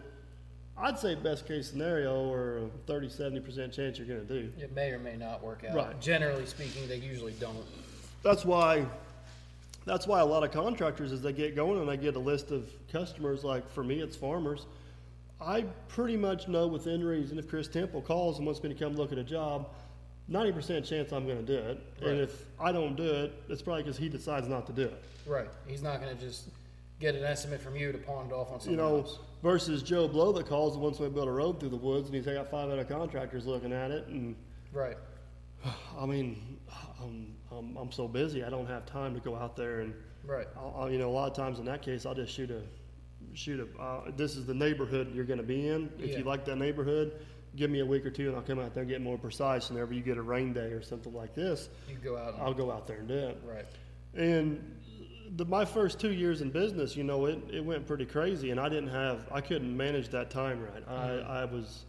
I'd say best case scenario are a 30, 70% chance you're going to do.
It may or may not work out.
Right.
Generally speaking, they usually don't.
That's why that's why a lot of contractors as they get going and they get a list of customers like for me it's farmers. I pretty much know within reason if Chris Temple calls and wants me to come look at a job, 90% chance I'm going to do it.
Right.
And if I don't do it, it's probably cuz he decides not to do it.
Right. He's not going to just get an estimate from you to pawn it off on
you
someone
know,
else.
versus Joe Blow that calls and wants me to build a road through the woods, and he's got five other contractors looking at it, and
Right.
I mean, I'm, I'm, I'm so busy, I don't have time to go out there and,
Right.
I'll, I'll- you know, a lot of times in that case, I'll just shoot a, shoot a. Uh, this is the neighborhood you're going to be in. If
Yeah.
you like that neighborhood, give me a week or two, and I'll come out there and get more precise. And whenever you get a rain day or something like this,
You go out and.
I'll go out there and do it.
right.
And the, my first two years in business, you know, it,
Mm-hmm.
it went pretty crazy, and I didn't have, I couldn't manage that time right. I, I was,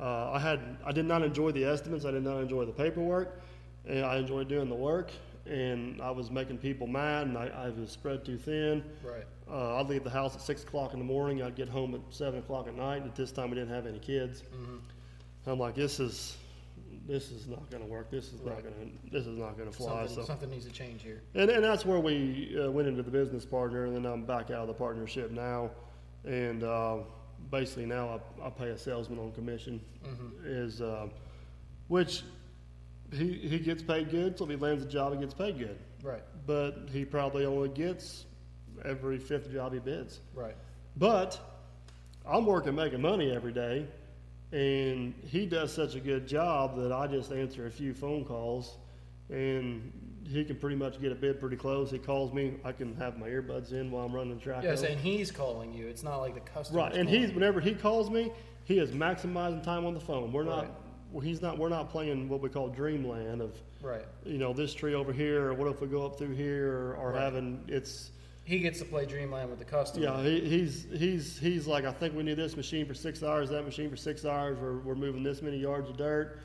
Uh, I had I did not enjoy the estimates. I did not enjoy the paperwork. And I enjoyed doing the work, and I was making people mad, and I, I was spread too thin.
Right.
Uh, I'd leave the house at six o'clock in the morning. I'd get home at seven o'clock at night. At this time, we didn't have any kids.
Mm-hmm.
I'm like, this is, this is not going to work. This is not going to, this is not going to fly.
Something,
so,
something needs to change here.
and, and that's where we uh, went into the business partner, and then I'm back out of the partnership now. And uh, basically now I, I pay a salesman on commission, is uh, which he, he gets paid good, so if he lands a job, he gets paid good.
Right.
But he probably only gets every fifth job he bids.
Right.
But I'm working, making money every day, and he does such a good job that I just answer a few phone calls, and he can pretty much get a bid pretty close. He calls me, I can have my earbuds in while I'm running the track.
Yeah,
over.
saying he's calling you. It's not like the customer.
right. And he's whenever he calls me, he is maximizing time on the phone. We're not,
Right.
well, he's not, we're not playing what we call dreamland of,
right.
you know, this tree over here, or what if we go up through here, or, or
Right.
having it's.
He gets to play Dreamland with the customer.
Yeah, he, he's he's he's like I think we need this machine for six hours, that machine for six hours. We're, we're moving this many yards of dirt.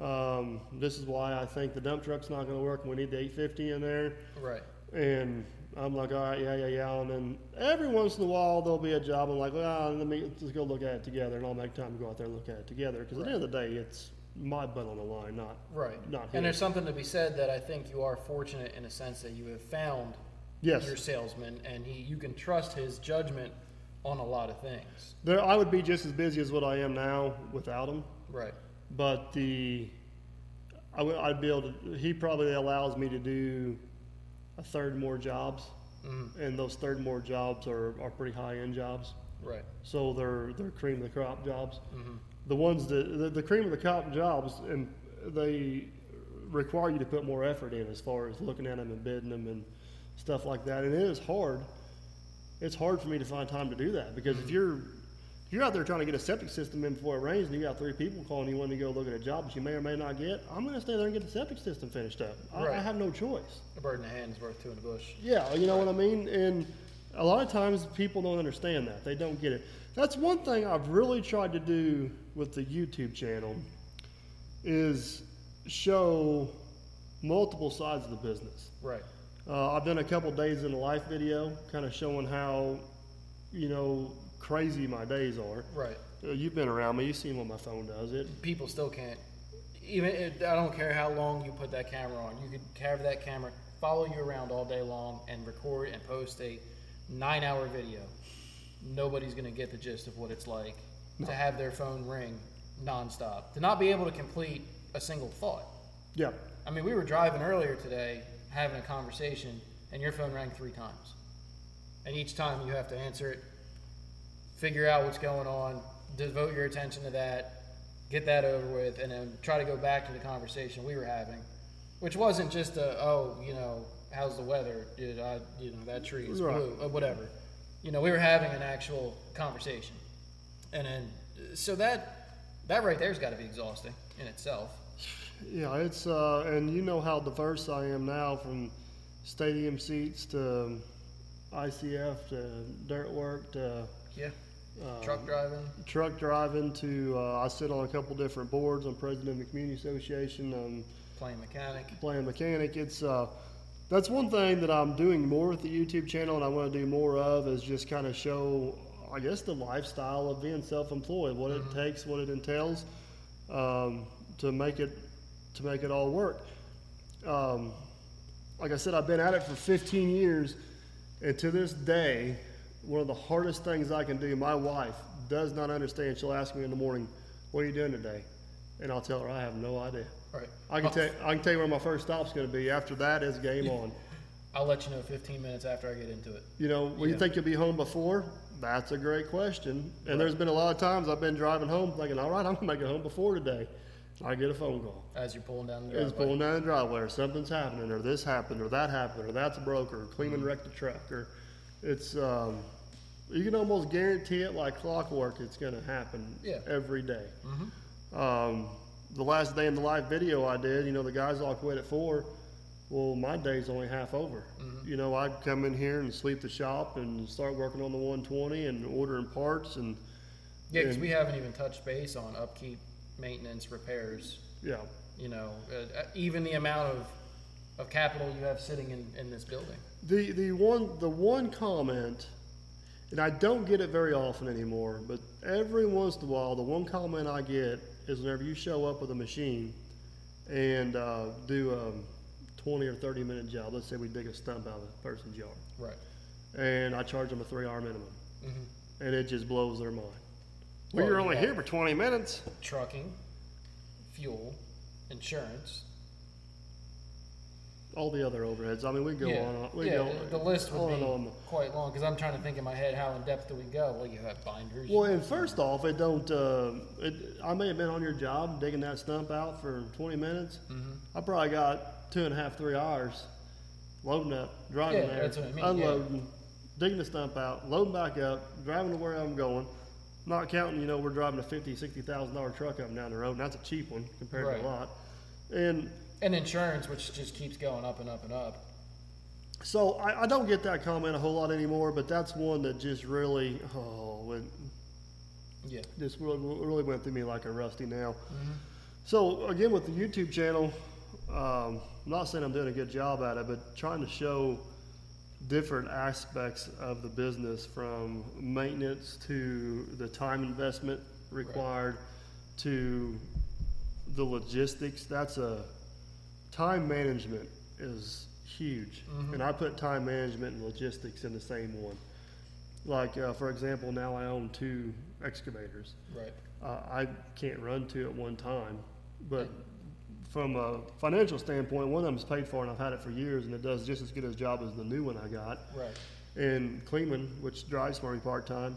Um, this is why I think the dump truck's not going to work. and We need the 850 in there.
Right.
And I'm like, all right, yeah, yeah, yeah. And then every once in a while there'll be a job. I'm like, well, let me let's go look at it together, and I'll make time to go out there and look at it together. Because at the end of the day, it's my butt on the line, not
Right.
not
and
his.
there's something to be said that I think you are fortunate in a sense that you have found
Yes.
your salesman and he you can trust his judgment on a lot of things.
There, I would be just as busy as what I am now without him.
Right.
but the I would, I'd be able to. He probably allows me to do a third more jobs, and those third more jobs are, are pretty high end jobs.
Right.
So they're they're cream of the crop jobs. The ones that the, the cream of the crop jobs, and they require you to put more effort in as far as looking at them and bidding them and stuff like that. And it is hard. It's hard for me to find time to do that because if you're if you're out there trying to get a septic system in before it rains and you got three people calling you wanting to go look at a job that you may or may not get, I'm going to stay there and get the septic system finished up. I, I
Right.
have no choice.
A bird in the hand is worth two in the bush.
Yeah, you know what I mean? And a lot of times people don't understand that. They don't get it. That's one thing I've really tried to do with the YouTube channel is show multiple sides of the business.
Right.
Uh, I've done a couple days in the life video, kind of showing how, you know, crazy my days are.
Right.
Uh, You've been around me. You've seen what my phone does. It
People still can't even it, I don't care how long you put that camera on. You could have that camera follow you around all day long and record and post a 9-hour video. Nobody's going to get the gist of what it's like to have their phone ring nonstop. To not be able to complete a single thought.
yeah,
I mean, we were driving earlier today, having a conversation, and your phone rang three times. And each time you have to answer it, figure out what's going on, devote your attention to that, get that over with, and then try to go back to the conversation we were having, which wasn't just a, oh, you know, how's the weather? Dude, I, you know, that tree is
Right.
blue, or whatever. You know, we were having an actual conversation. And then, so that, that right there's got to be exhausting in itself.
yeah. It's uh, and you know how diverse I am now, from stadium seats to ICF to dirt work to
Yeah.
Um,
Truck driving.
truck driving to. Uh, I sit on a couple different boards. I'm president of the community association. Um,
playing mechanic.
playing mechanic. It's uh, that's one thing that I'm doing more with the YouTube channel, and I want to do more of is just kind of show, I guess, the lifestyle of being self-employed, what it takes, what it entails, um, to make it to make it all work. Um, like I said, I've been at it for 15 years, and to this day, one of the hardest things I can do. My wife does not understand. She'll ask me in the morning, "What are you doing today?" And I'll tell her I have no idea.
All right.
I can tell I can tell you where my first stop's going to be. After that is game on.
I'll let you know 15 minutes after I get into it.
You know, will you think you'll be home before? That's a great question. And there's been a lot of times I've been driving home thinking, all right, I'm going to make it home before today. I get a phone call.
As you're pulling down the
It's
driveway.
pulling down the driveway, or something's happening, or this happened, or that happened, or that's a broke, or Cleveland wrecked a truck, or it's um, you can almost guarantee it like clockwork. It's going to happen
Yeah.
every day. Um, the last day in the life video I did, you know, the guys all quit at four. Well, my day's only half over. You know, I'd come in here and sleep the shop and start working on the 120 and ordering parts and
Yeah, because we haven't even touched base on upkeep maintenance, repairs,
Yeah.
you know, uh, uh, even the amount of, of capital you have sitting in, in this building.
The the one the one comment, and I don't get it very often anymore, but every once in a while, the one comment I get is whenever you show up with a machine and uh, do a twenty or thirty minute job. Let's say we dig a stump out of a person's yard,
Right.
and I charge them a three hour minimum,
Mm-hmm.
and it just blows their mind. We
Well,
were only
yeah.
here for twenty minutes.
Trucking, fuel, insurance.
All the other overheads. I mean, we go on. and on- We
yeah,
go
the, the list would
on
be
and on.
quite long because I'm trying to think in my head how in depth do we go? Well, you have binders.
Well, and first off, it don't. Uh, it, I may have been on your job digging that stump out for 20 minutes.
Mm-hmm.
I probably got two and a half, three hours loading up, driving
Yeah,
there,
that's what I mean, yeah.
unloading, digging the stump out, loading back up, driving to where I'm going. Not counting, you know, we're driving a fifty, sixty thousand dollar truck up and down the road, and that's a cheap one compared
Right.
to a lot. And
and insurance, which just keeps going up and up and up.
so I, I don't get that comment a whole lot anymore, but that's one that just really, oh, when
Yeah.
this really, really went through me like a rusty nail. So again, with the YouTube channel, um, I'm not saying I'm doing a good job at it, but trying to show different aspects of the business from maintenance to the time investment required to the logistics. That's a time management is huge, and I put time management and logistics in the same one. Like uh, for example, now I own two excavators.
Right.
Uh, I can't run two at one time, but from a financial standpoint, one of them's paid for and I've had it for years, and it does just as good a job as the new one I got.
Right.
And Kleeman, which drives for me part time,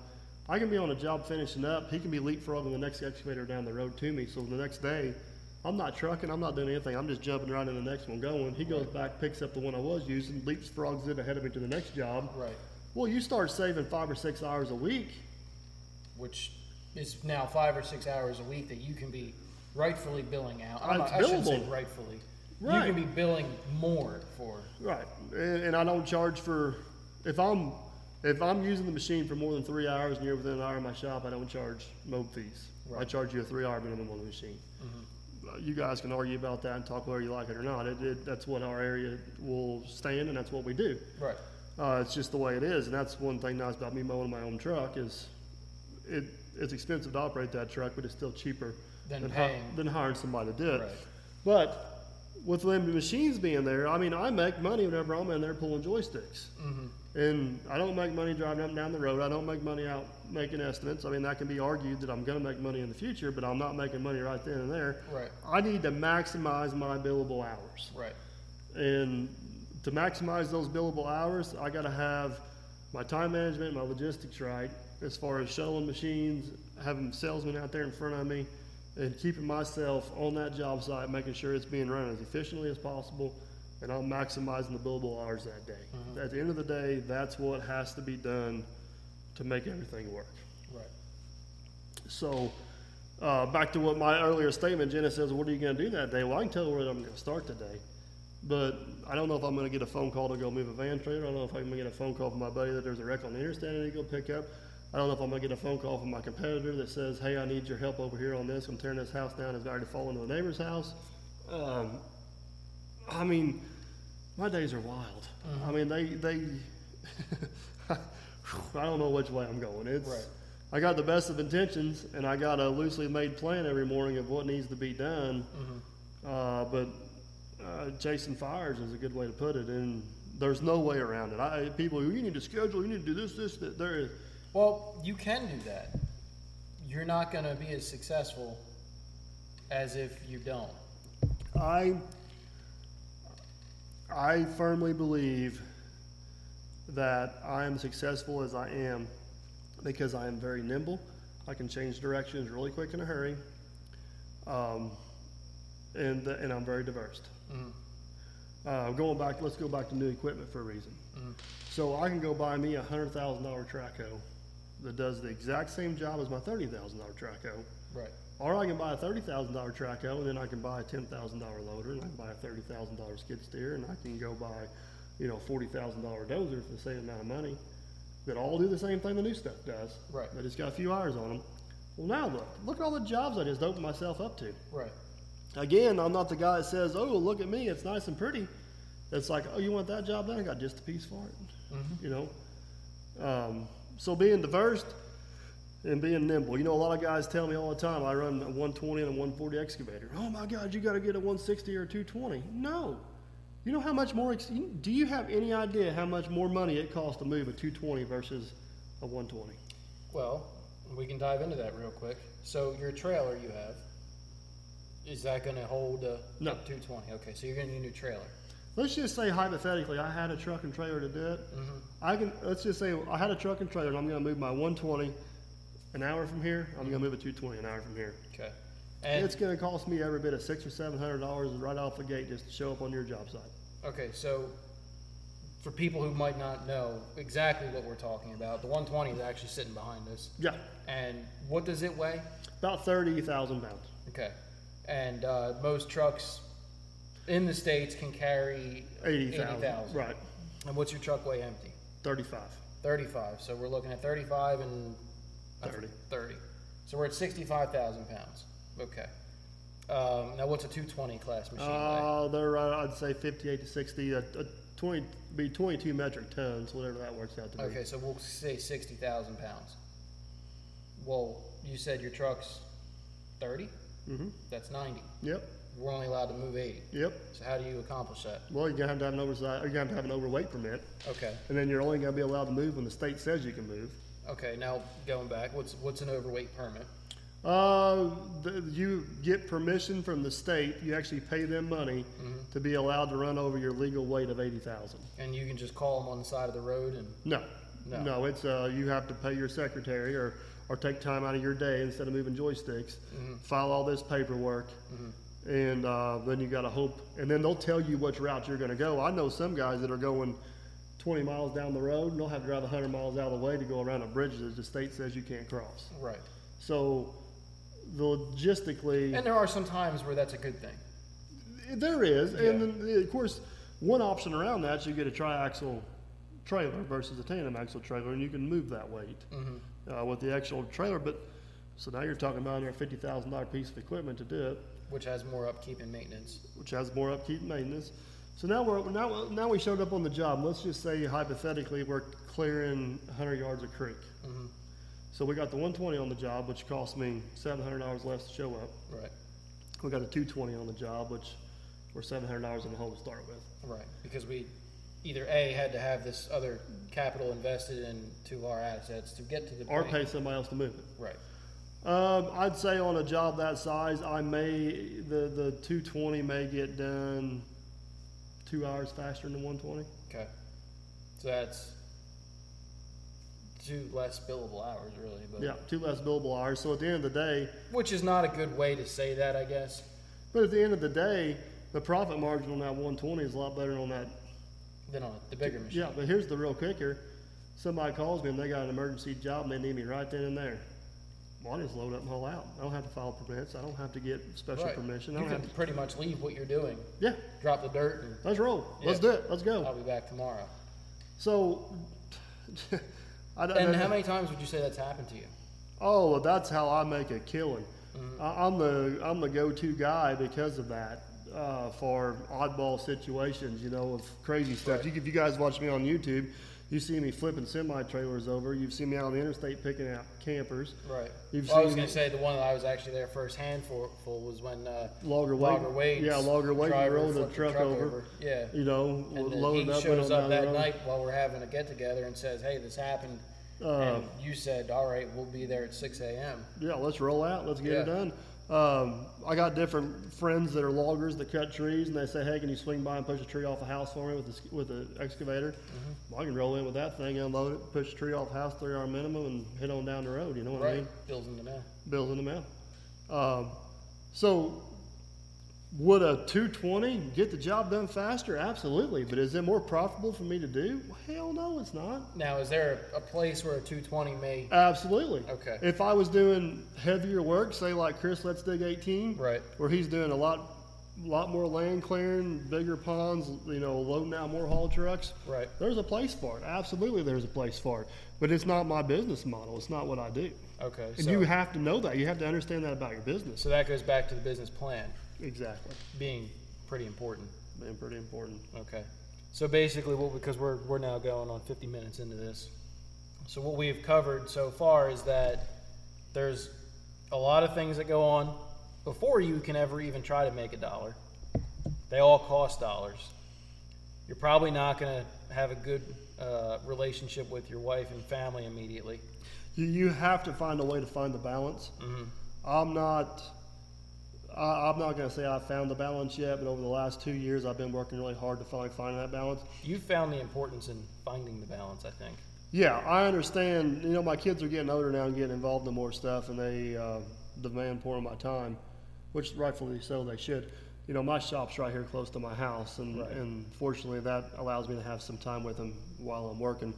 I can be on a job finishing up. He can be leapfrogging the next excavator down the road to me. So the next day, I'm not trucking. I'm not doing anything. I'm just jumping right in the next one going. He goes back, picks up the one I was using, leapfrogs it ahead of me to the next job.
Right.
Well, you start saving five or six hours a week.
Which is now five or six hours a week that you can be rightfully billing out. I'm
It's
not, I shouldn't say
billable.
rightfully.
Right.
You can be billing more for.
Right, and, and I don't charge for if I'm if I'm using the machine for more than three hours and you're within an hour of my shop, I don't charge mob fees. I charge you a three hour minimum on the machine. Uh, You guys can argue about that and talk whether you like it or not. It, it, that's what our area will stand, and that's what we do.
Right.
Uh, it's just the way it is, and that's one thing nice about me mowing my own truck is it it's expensive to operate that truck, but it's still cheaper
Than
hi-
paying.
than hiring somebody to do it.
Right.
But with them machines being there, I mean, I make money whenever I'm in there pulling joysticks,
Mm-hmm.
and I don't make money driving up and down the road. I don't make money out making estimates. I mean, that can be argued that I'm going to make money in the future, but I'm not making money right then and there.
Right.
I need to maximize my billable hours.
Right.
And to maximize those billable hours, I got to have my time management, my logistics right, as far as shuttling machines, having salesmen out there in front of me, and keeping myself on that job site, making sure it's being run as efficiently as possible, and I'm maximizing the billable hours that day. At the end of the day, that's what has to be done to make everything work.
Right.
So, uh, back to what my earlier statement, Jenna says, What are you going to do that day? Well, I can tell her what I'm going to start today. But I don't know if I'm going to get a phone call to go move a van trailer. I don't know if I'm going to get a phone call from my buddy that there's a wreck on the interstate I need to go pick up. I don't know if I'm going to get a phone call from my competitor that says, Hey, I need your help over here on this. I'm tearing this house down. It's already fallen to the neighbor's house. Um, I mean, my days are wild. I mean, they they. (laughs) I don't know which way I'm going. It's
Right.
I got the best of intentions, and I got a loosely made plan every morning of what needs to be done. Uh, but uh, chasing fires is a good way to put it, and there's no way around it. I people, you need to schedule. You need to do this, this, that. There is.
Well, you can do that. You're not going to be as successful as if you don't.
I I firmly believe that I am successful as I am because I am very nimble. I can change directions really quick in a hurry, um, and and I'm very diverse. Uh, going back, let's go back to new equipment for a reason. So I can go buy me a hundred thousand dollar Traco that does the exact same job as my thirty thousand dollar Traco.
Right.
Or I can buy a thirty thousand dollar Traco, and then I can buy a ten thousand dollar loader, and I can buy a thirty thousand dollar skid steer, and I can go buy, you know, forty thousand dollar dozer for the same amount of money. That all do the same thing the new stuff does.
Right.
They just got a few hours on them. Well, now look, look at all the jobs I just opened myself up to.
Right.
Again, I'm not the guy that says, "Oh, look at me, it's nice and pretty." It's like, "Oh, you want that job? Then I got just a piece for it." You know. Um, so being diverse and being nimble. You know, a lot of guys tell me all the time, "I run a 120 and a 140 excavator." Oh my God, you got to get a 160 or a 220. No. You know how much more? Ex- you- do you have any idea how much more money it costs to move a 220 versus a 120?
Well, we can dive into that real quick. So your trailer you have, is that going to hold uh,
No.
220? Okay, so you're going to need a new trailer.
Let's just say hypothetically, I had a truck and trailer to do it. I can. Let's just say I had a truck and trailer, and I'm going to move my 120 an hour from here. I'm going to move a 220 an hour from here.
Okay. And
it's going to cost me every bit of six or seven hundred dollars right off the gate just to show up on your job site.
okay, so for people who might not know exactly what we're talking about, the 120 is actually sitting behind us.
Yeah,
And what does it weigh?
about thirty thousand pounds.
Okay. And uh, most trucks in the states can carry
Eighty thousand. Right,
And what's your truck weigh empty?
thirty-five.
35. So we're looking at 35 and I
Thirty.
think 30. So we're at 65,000 pounds. Okay. Um, now what's a 220 class machine weigh?
Uh, they're right. I'd say fifty-eight to sixty. A, a twenty be twenty-two metric tons, whatever that works out to be.
Okay, so we'll say 60,000 pounds. Well, you said your truck's 30? Mm-hmm. That's 90.
Yep.
We're only allowed to move 80.
Yep.
So how do you accomplish that?
Well, you're gonna have to have an oversize. You're gonna have to have an overweight permit.
Okay.
And then you're only going to be allowed to move when the state says you can move.
Okay, now going back, what's what's an overweight permit?
Uh, th you get permission from the state. You actually pay them money to be allowed to run over your legal weight of eighty thousand.
And you can just call them on the side of the road and
No,
No.
It's uh, you have to pay your secretary or or take time out of your day instead of moving joysticks. File all this paperwork. And uh, then you got to hope, and then they'll tell you which route you're going to go. I know some guys that are going 20 miles down the road, and they'll have to drive 100 miles out of the way to go around a bridge that the state says you can't cross.
right.
So, the logistically,
And there are some times where that's a good thing.
there is, and then, of course, one option around that is you get a triaxle trailer versus a tandem axle trailer, and you can move that weight uh, with the actual trailer. But so now you're talking about under a fifty thousand dollar piece of equipment to do it,
which has more upkeep and maintenance.
which has more upkeep and maintenance. So now we're now now we showed up on the job. Let's just say hypothetically we're clearing 100 yards of creek. So we got the 120 on the job, which cost me $700 less to show up.
Right.
We got a 220 on the job, which we're $700 in the hole to start with.
Right. Because we either A had to have this other capital invested into our assets to get to the
Or
point.
pay somebody else to move it.
Right.
Um, I'd say on a job that size, I may the the 220 may get done two hours faster than the 120.
Okay. So that's two less billable hours really, but
Yeah, two less billable hours. So at the end of the day,
which is not a good way to say that I guess.
but at the end of the day, the profit margin on that 120 is a lot better than on that.
Then on the bigger machine.
Yeah, but here's the real kicker: somebody calls me and they got an emergency job and they need me right then and there. Well, I just load up and haul out. I don't have to file permits. I don't have to get special
Right.
permission.
You
I don't
can
have to.
pretty much leave what you're doing,
Yeah,
drop the dirt, and
let's roll. Let's
Yeah.
do it. Let's go.
I'll be back tomorrow.
So, (laughs) I don't
And
know.
how many times would you say that's happened to you?
Oh, well, that's how I make a killing.
Mm-hmm.
I, I'm the I'm the go-to guy because of that uh, for oddball situations. You know, of crazy stuff. You, if you guys watch me on YouTube, you see me flipping semi trailers over. You've seen me out on the interstate picking out campers.
Right.
You've
Well, I was
seen-
going to say the one that I was actually there firsthand for, for was when uh,
Logger Wade-
Wade's
yeah, Logger Wade
driver
rolled the
flipped
truck over.
Yeah.
You know,
And then
loaded
he
up.
shows
went on
up
down the
that
road.
night while we're having a get together and says, "Hey, this happened,"
Uh.
and you said, "All right, we'll be there at 6 a.m."
Yeah, let's roll out. Let's get it
Yeah.
done. Um, I got different friends that are loggers that cut trees, and they say, "Hey, can you swing by and push a tree off a house for me with a, with an excavator?"
Mm-hmm.
Well, I can roll in with that thing, unload it, push a tree off house three hour minimum, and head on down the road. You know what I
Right.
mean?
Bill's in the know.
Bills in the mail. Um, so, would a two twenty get the job done faster? Absolutely, but is it more profitable for me to do? Hell no, it's not.
Now, is there a, a place where a 220 may?
Absolutely.
Okay.
If I was doing heavier work, say like Chris, let's dig 18,
Right.
where he's doing a lot a lot more land clearing, bigger ponds, you know, loading out more haul trucks.
Right.
There's a place for it. Absolutely, there's a place for it. But it's not my business model. It's not what I do.
Okay.
And
so,
you have to know that. You have to understand that about your business.
so that goes back to the business plan
Exactly.
being pretty important.
Man, pretty important.
Okay. So basically, what because we're we're now going on 50 minutes into this. So what we have covered so far is that there's a lot of things that go on before you can ever even try to make a dollar. They all cost dollars. You're probably not going to have a good uh, relationship with your wife and family immediately.
you, you have to find a way to find the balance. I'm not. I, I'm not going to say I found the balance yet, but over the last two years, I've been working really hard to finally find that balance.
You found the importance in finding the balance, I think.
Yeah, I understand. You know, my kids are getting older now and getting involved in more stuff, and they uh, demand more of my time, which rightfully so they should. You know, my shop's right here close to my house, and, and fortunately that allows me to have some time with them while I'm working.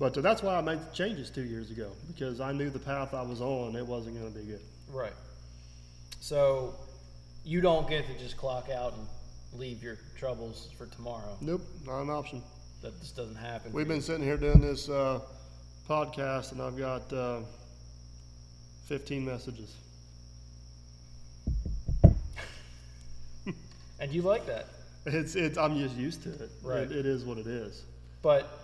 But uh, that's why I made the changes two years ago because I knew the path I was on it wasn't going to be good.
Right. So you don't get to just clock out and leave your troubles for tomorrow.
Nope, not an option.
That just doesn't happen.
We've been sitting here doing this uh, podcast, and I've got uh, 15 messages.
and you like that,
It's it's I'm just used to it.
Right.
It, it is what it is.
but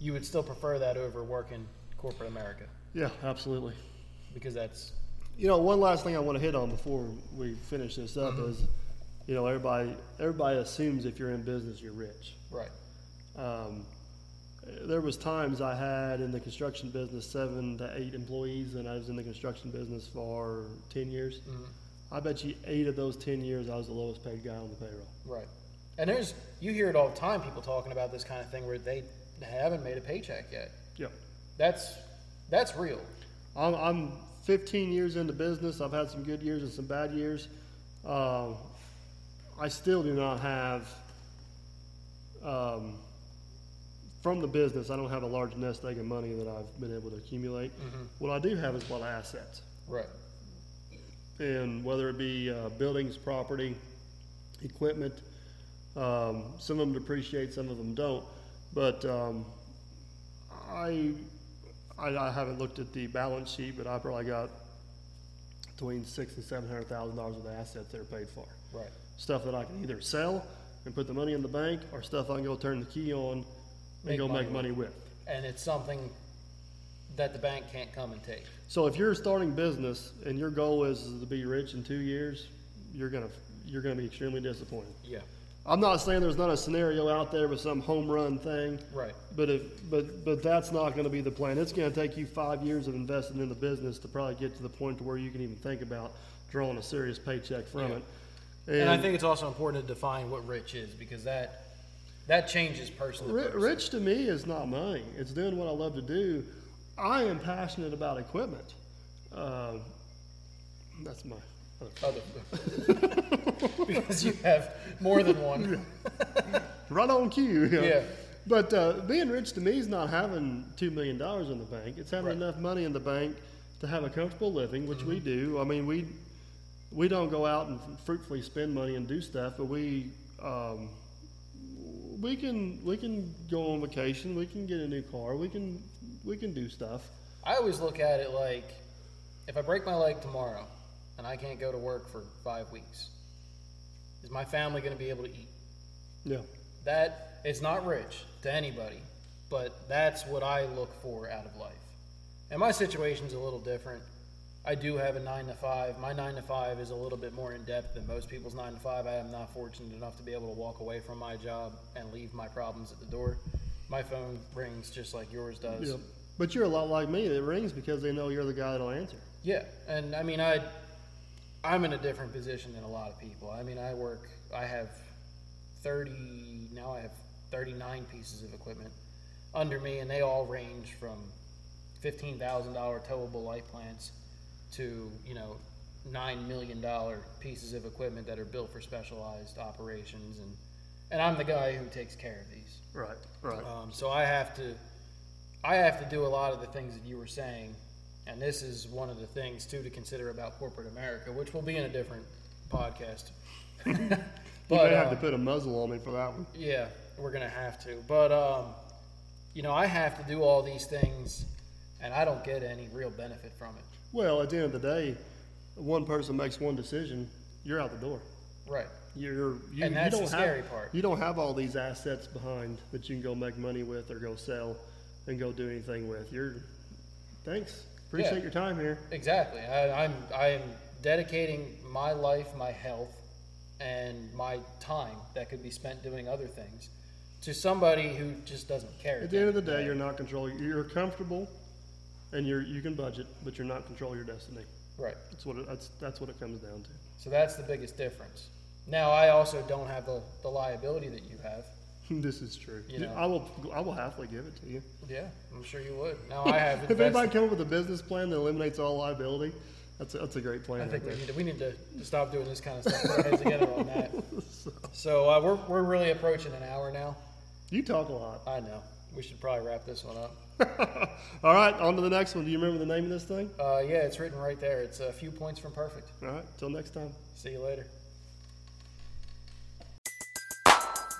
you would still prefer that over working corporate America
Yeah, absolutely.
because that's
You know, one last thing I want to hit on before we finish this up is, you know, everybody everybody assumes if you're in business you're rich.
right.
Um, there was times I had in the construction business seven to eight employees, and I was in the construction business for ten years. I bet you eight of those ten years I was the lowest paid guy on the payroll.
Right. And there's you hear it all the time people talking about this kind of thing where they haven't made a paycheck yet.
Yep.
That's that's real.
I'm, I'm 15 years into business. I've had some good years and some bad years. Um, I still do not have, um, from the business, I don't have a large nest egg of money that I've been able to accumulate. What I do have is a lot of assets.
Right.
And whether it be uh, buildings, property, equipment, um, some of them depreciate, some of them don't. But um, I, I, I haven't looked at the balance sheet, but I probably got between six and seven hundred thousand dollars of assets that are paid for.
Right.
Stuff that I can either sell and put the money in the bank, or stuff I can go turn the key on and
Make
go
money
make money with.
And it's something that the bank can't come and take.
So if you're starting business and your goal is to be rich in two years, you're gonna you're gonna be extremely disappointed.
Yeah.
I'm not saying there's not a scenario out there with some home run thing.
Right.
But if but but that's not going to be the plan. It's going to take you five years of investing in the business to probably get to the point to where you can even think about drawing a serious paycheck from
Yeah.
it.
And I think it's also important to define what rich is because that that changes person to
ri-
person.
rich to me is not money. It's doing what I love to do. I am passionate about equipment. Uh, that's my.
Other. (laughs) because you have more than one.
right on cue. you know.
Yeah.
But uh, being rich to me is not having two million dollars in the bank. It's having
Right. Mm-hmm.
enough money in the bank to have a comfortable living, which we do. I mean, we we don't go out and fruitfully spend money and do stuff, but we um, we can we can go on vacation. We can get a new car. We can we can do stuff.
I always look at it like if I break my leg tomorrow and I can't go to work for five weeks, is my family going to be able to eat?
Yeah.
That it's not rich to anybody, but that's what I look for out of life. And my situation's a little different. I do have a nine to five. My nine to five is a little bit more in depth than most people's nine to five. I am not fortunate enough to be able to walk away from my job and leave my problems at the door. My phone rings just like yours does.
Yeah. But you're a lot like me. It rings because they know you're the guy that'll answer.
Yeah, and I mean, I, I'm in a different position than a lot of people. I mean, I work. I have thirty now. I have thirty-nine pieces of equipment under me, and they all range from fifteen thousand dollar towable light plants to you know nine million dollar pieces of equipment that are built for specialized operations, and and I'm the guy who takes care of these.
Right. Right.
Um, so I have to, I have to do a lot of the things that you were saying, and this is one of the things too to consider about corporate America, which will be in a different podcast.
(laughs) You
but
may have
uh,
to put a muzzle on me for that one.
yeah, we're gonna have to. But um, you know, I have to do all these things, and I don't get any real benefit from it.
Well, at the end of the day, one person makes one decision, you're out the door.
Right.
You're, you,
And that's
you
the
don't
scary
have,
part.
You don't have all these assets behind that you can go make money with or go sell and go do anything with. You're, thanks. Appreciate
Yeah.
your time here.
Exactly. I, I'm I am dedicating my life, my health, and my time that could be spent doing other things to somebody who just doesn't care.
At the end of the day, you're not controlling. You're comfortable, and you're you can budget, but you're not controlling your destiny.
right.
That's what it, that's that's what it comes down to. (laughs)
So that's the biggest difference. Now I also don't have the, the liability that you have.
this is true.
You know.
I will I will happily give it to you.
Yeah, I'm sure you would. Now I have.
(laughs) If anybody
invested-
come up with a business plan that eliminates all liability, that's a, that's a great plan.
I think
right
we
there.
need to, we need to, to stop doing this kind of stuff. Put our heads together on
(laughs)
that. So uh, we're we're really approaching an hour now.
You talk a lot. (laughs)
I know. We should probably wrap this one up.
all right, on to the next one. Do you remember the name of this thing?
Uh, yeah, it's written right there. It's a few points from perfect.
All right, till next time.
See you later.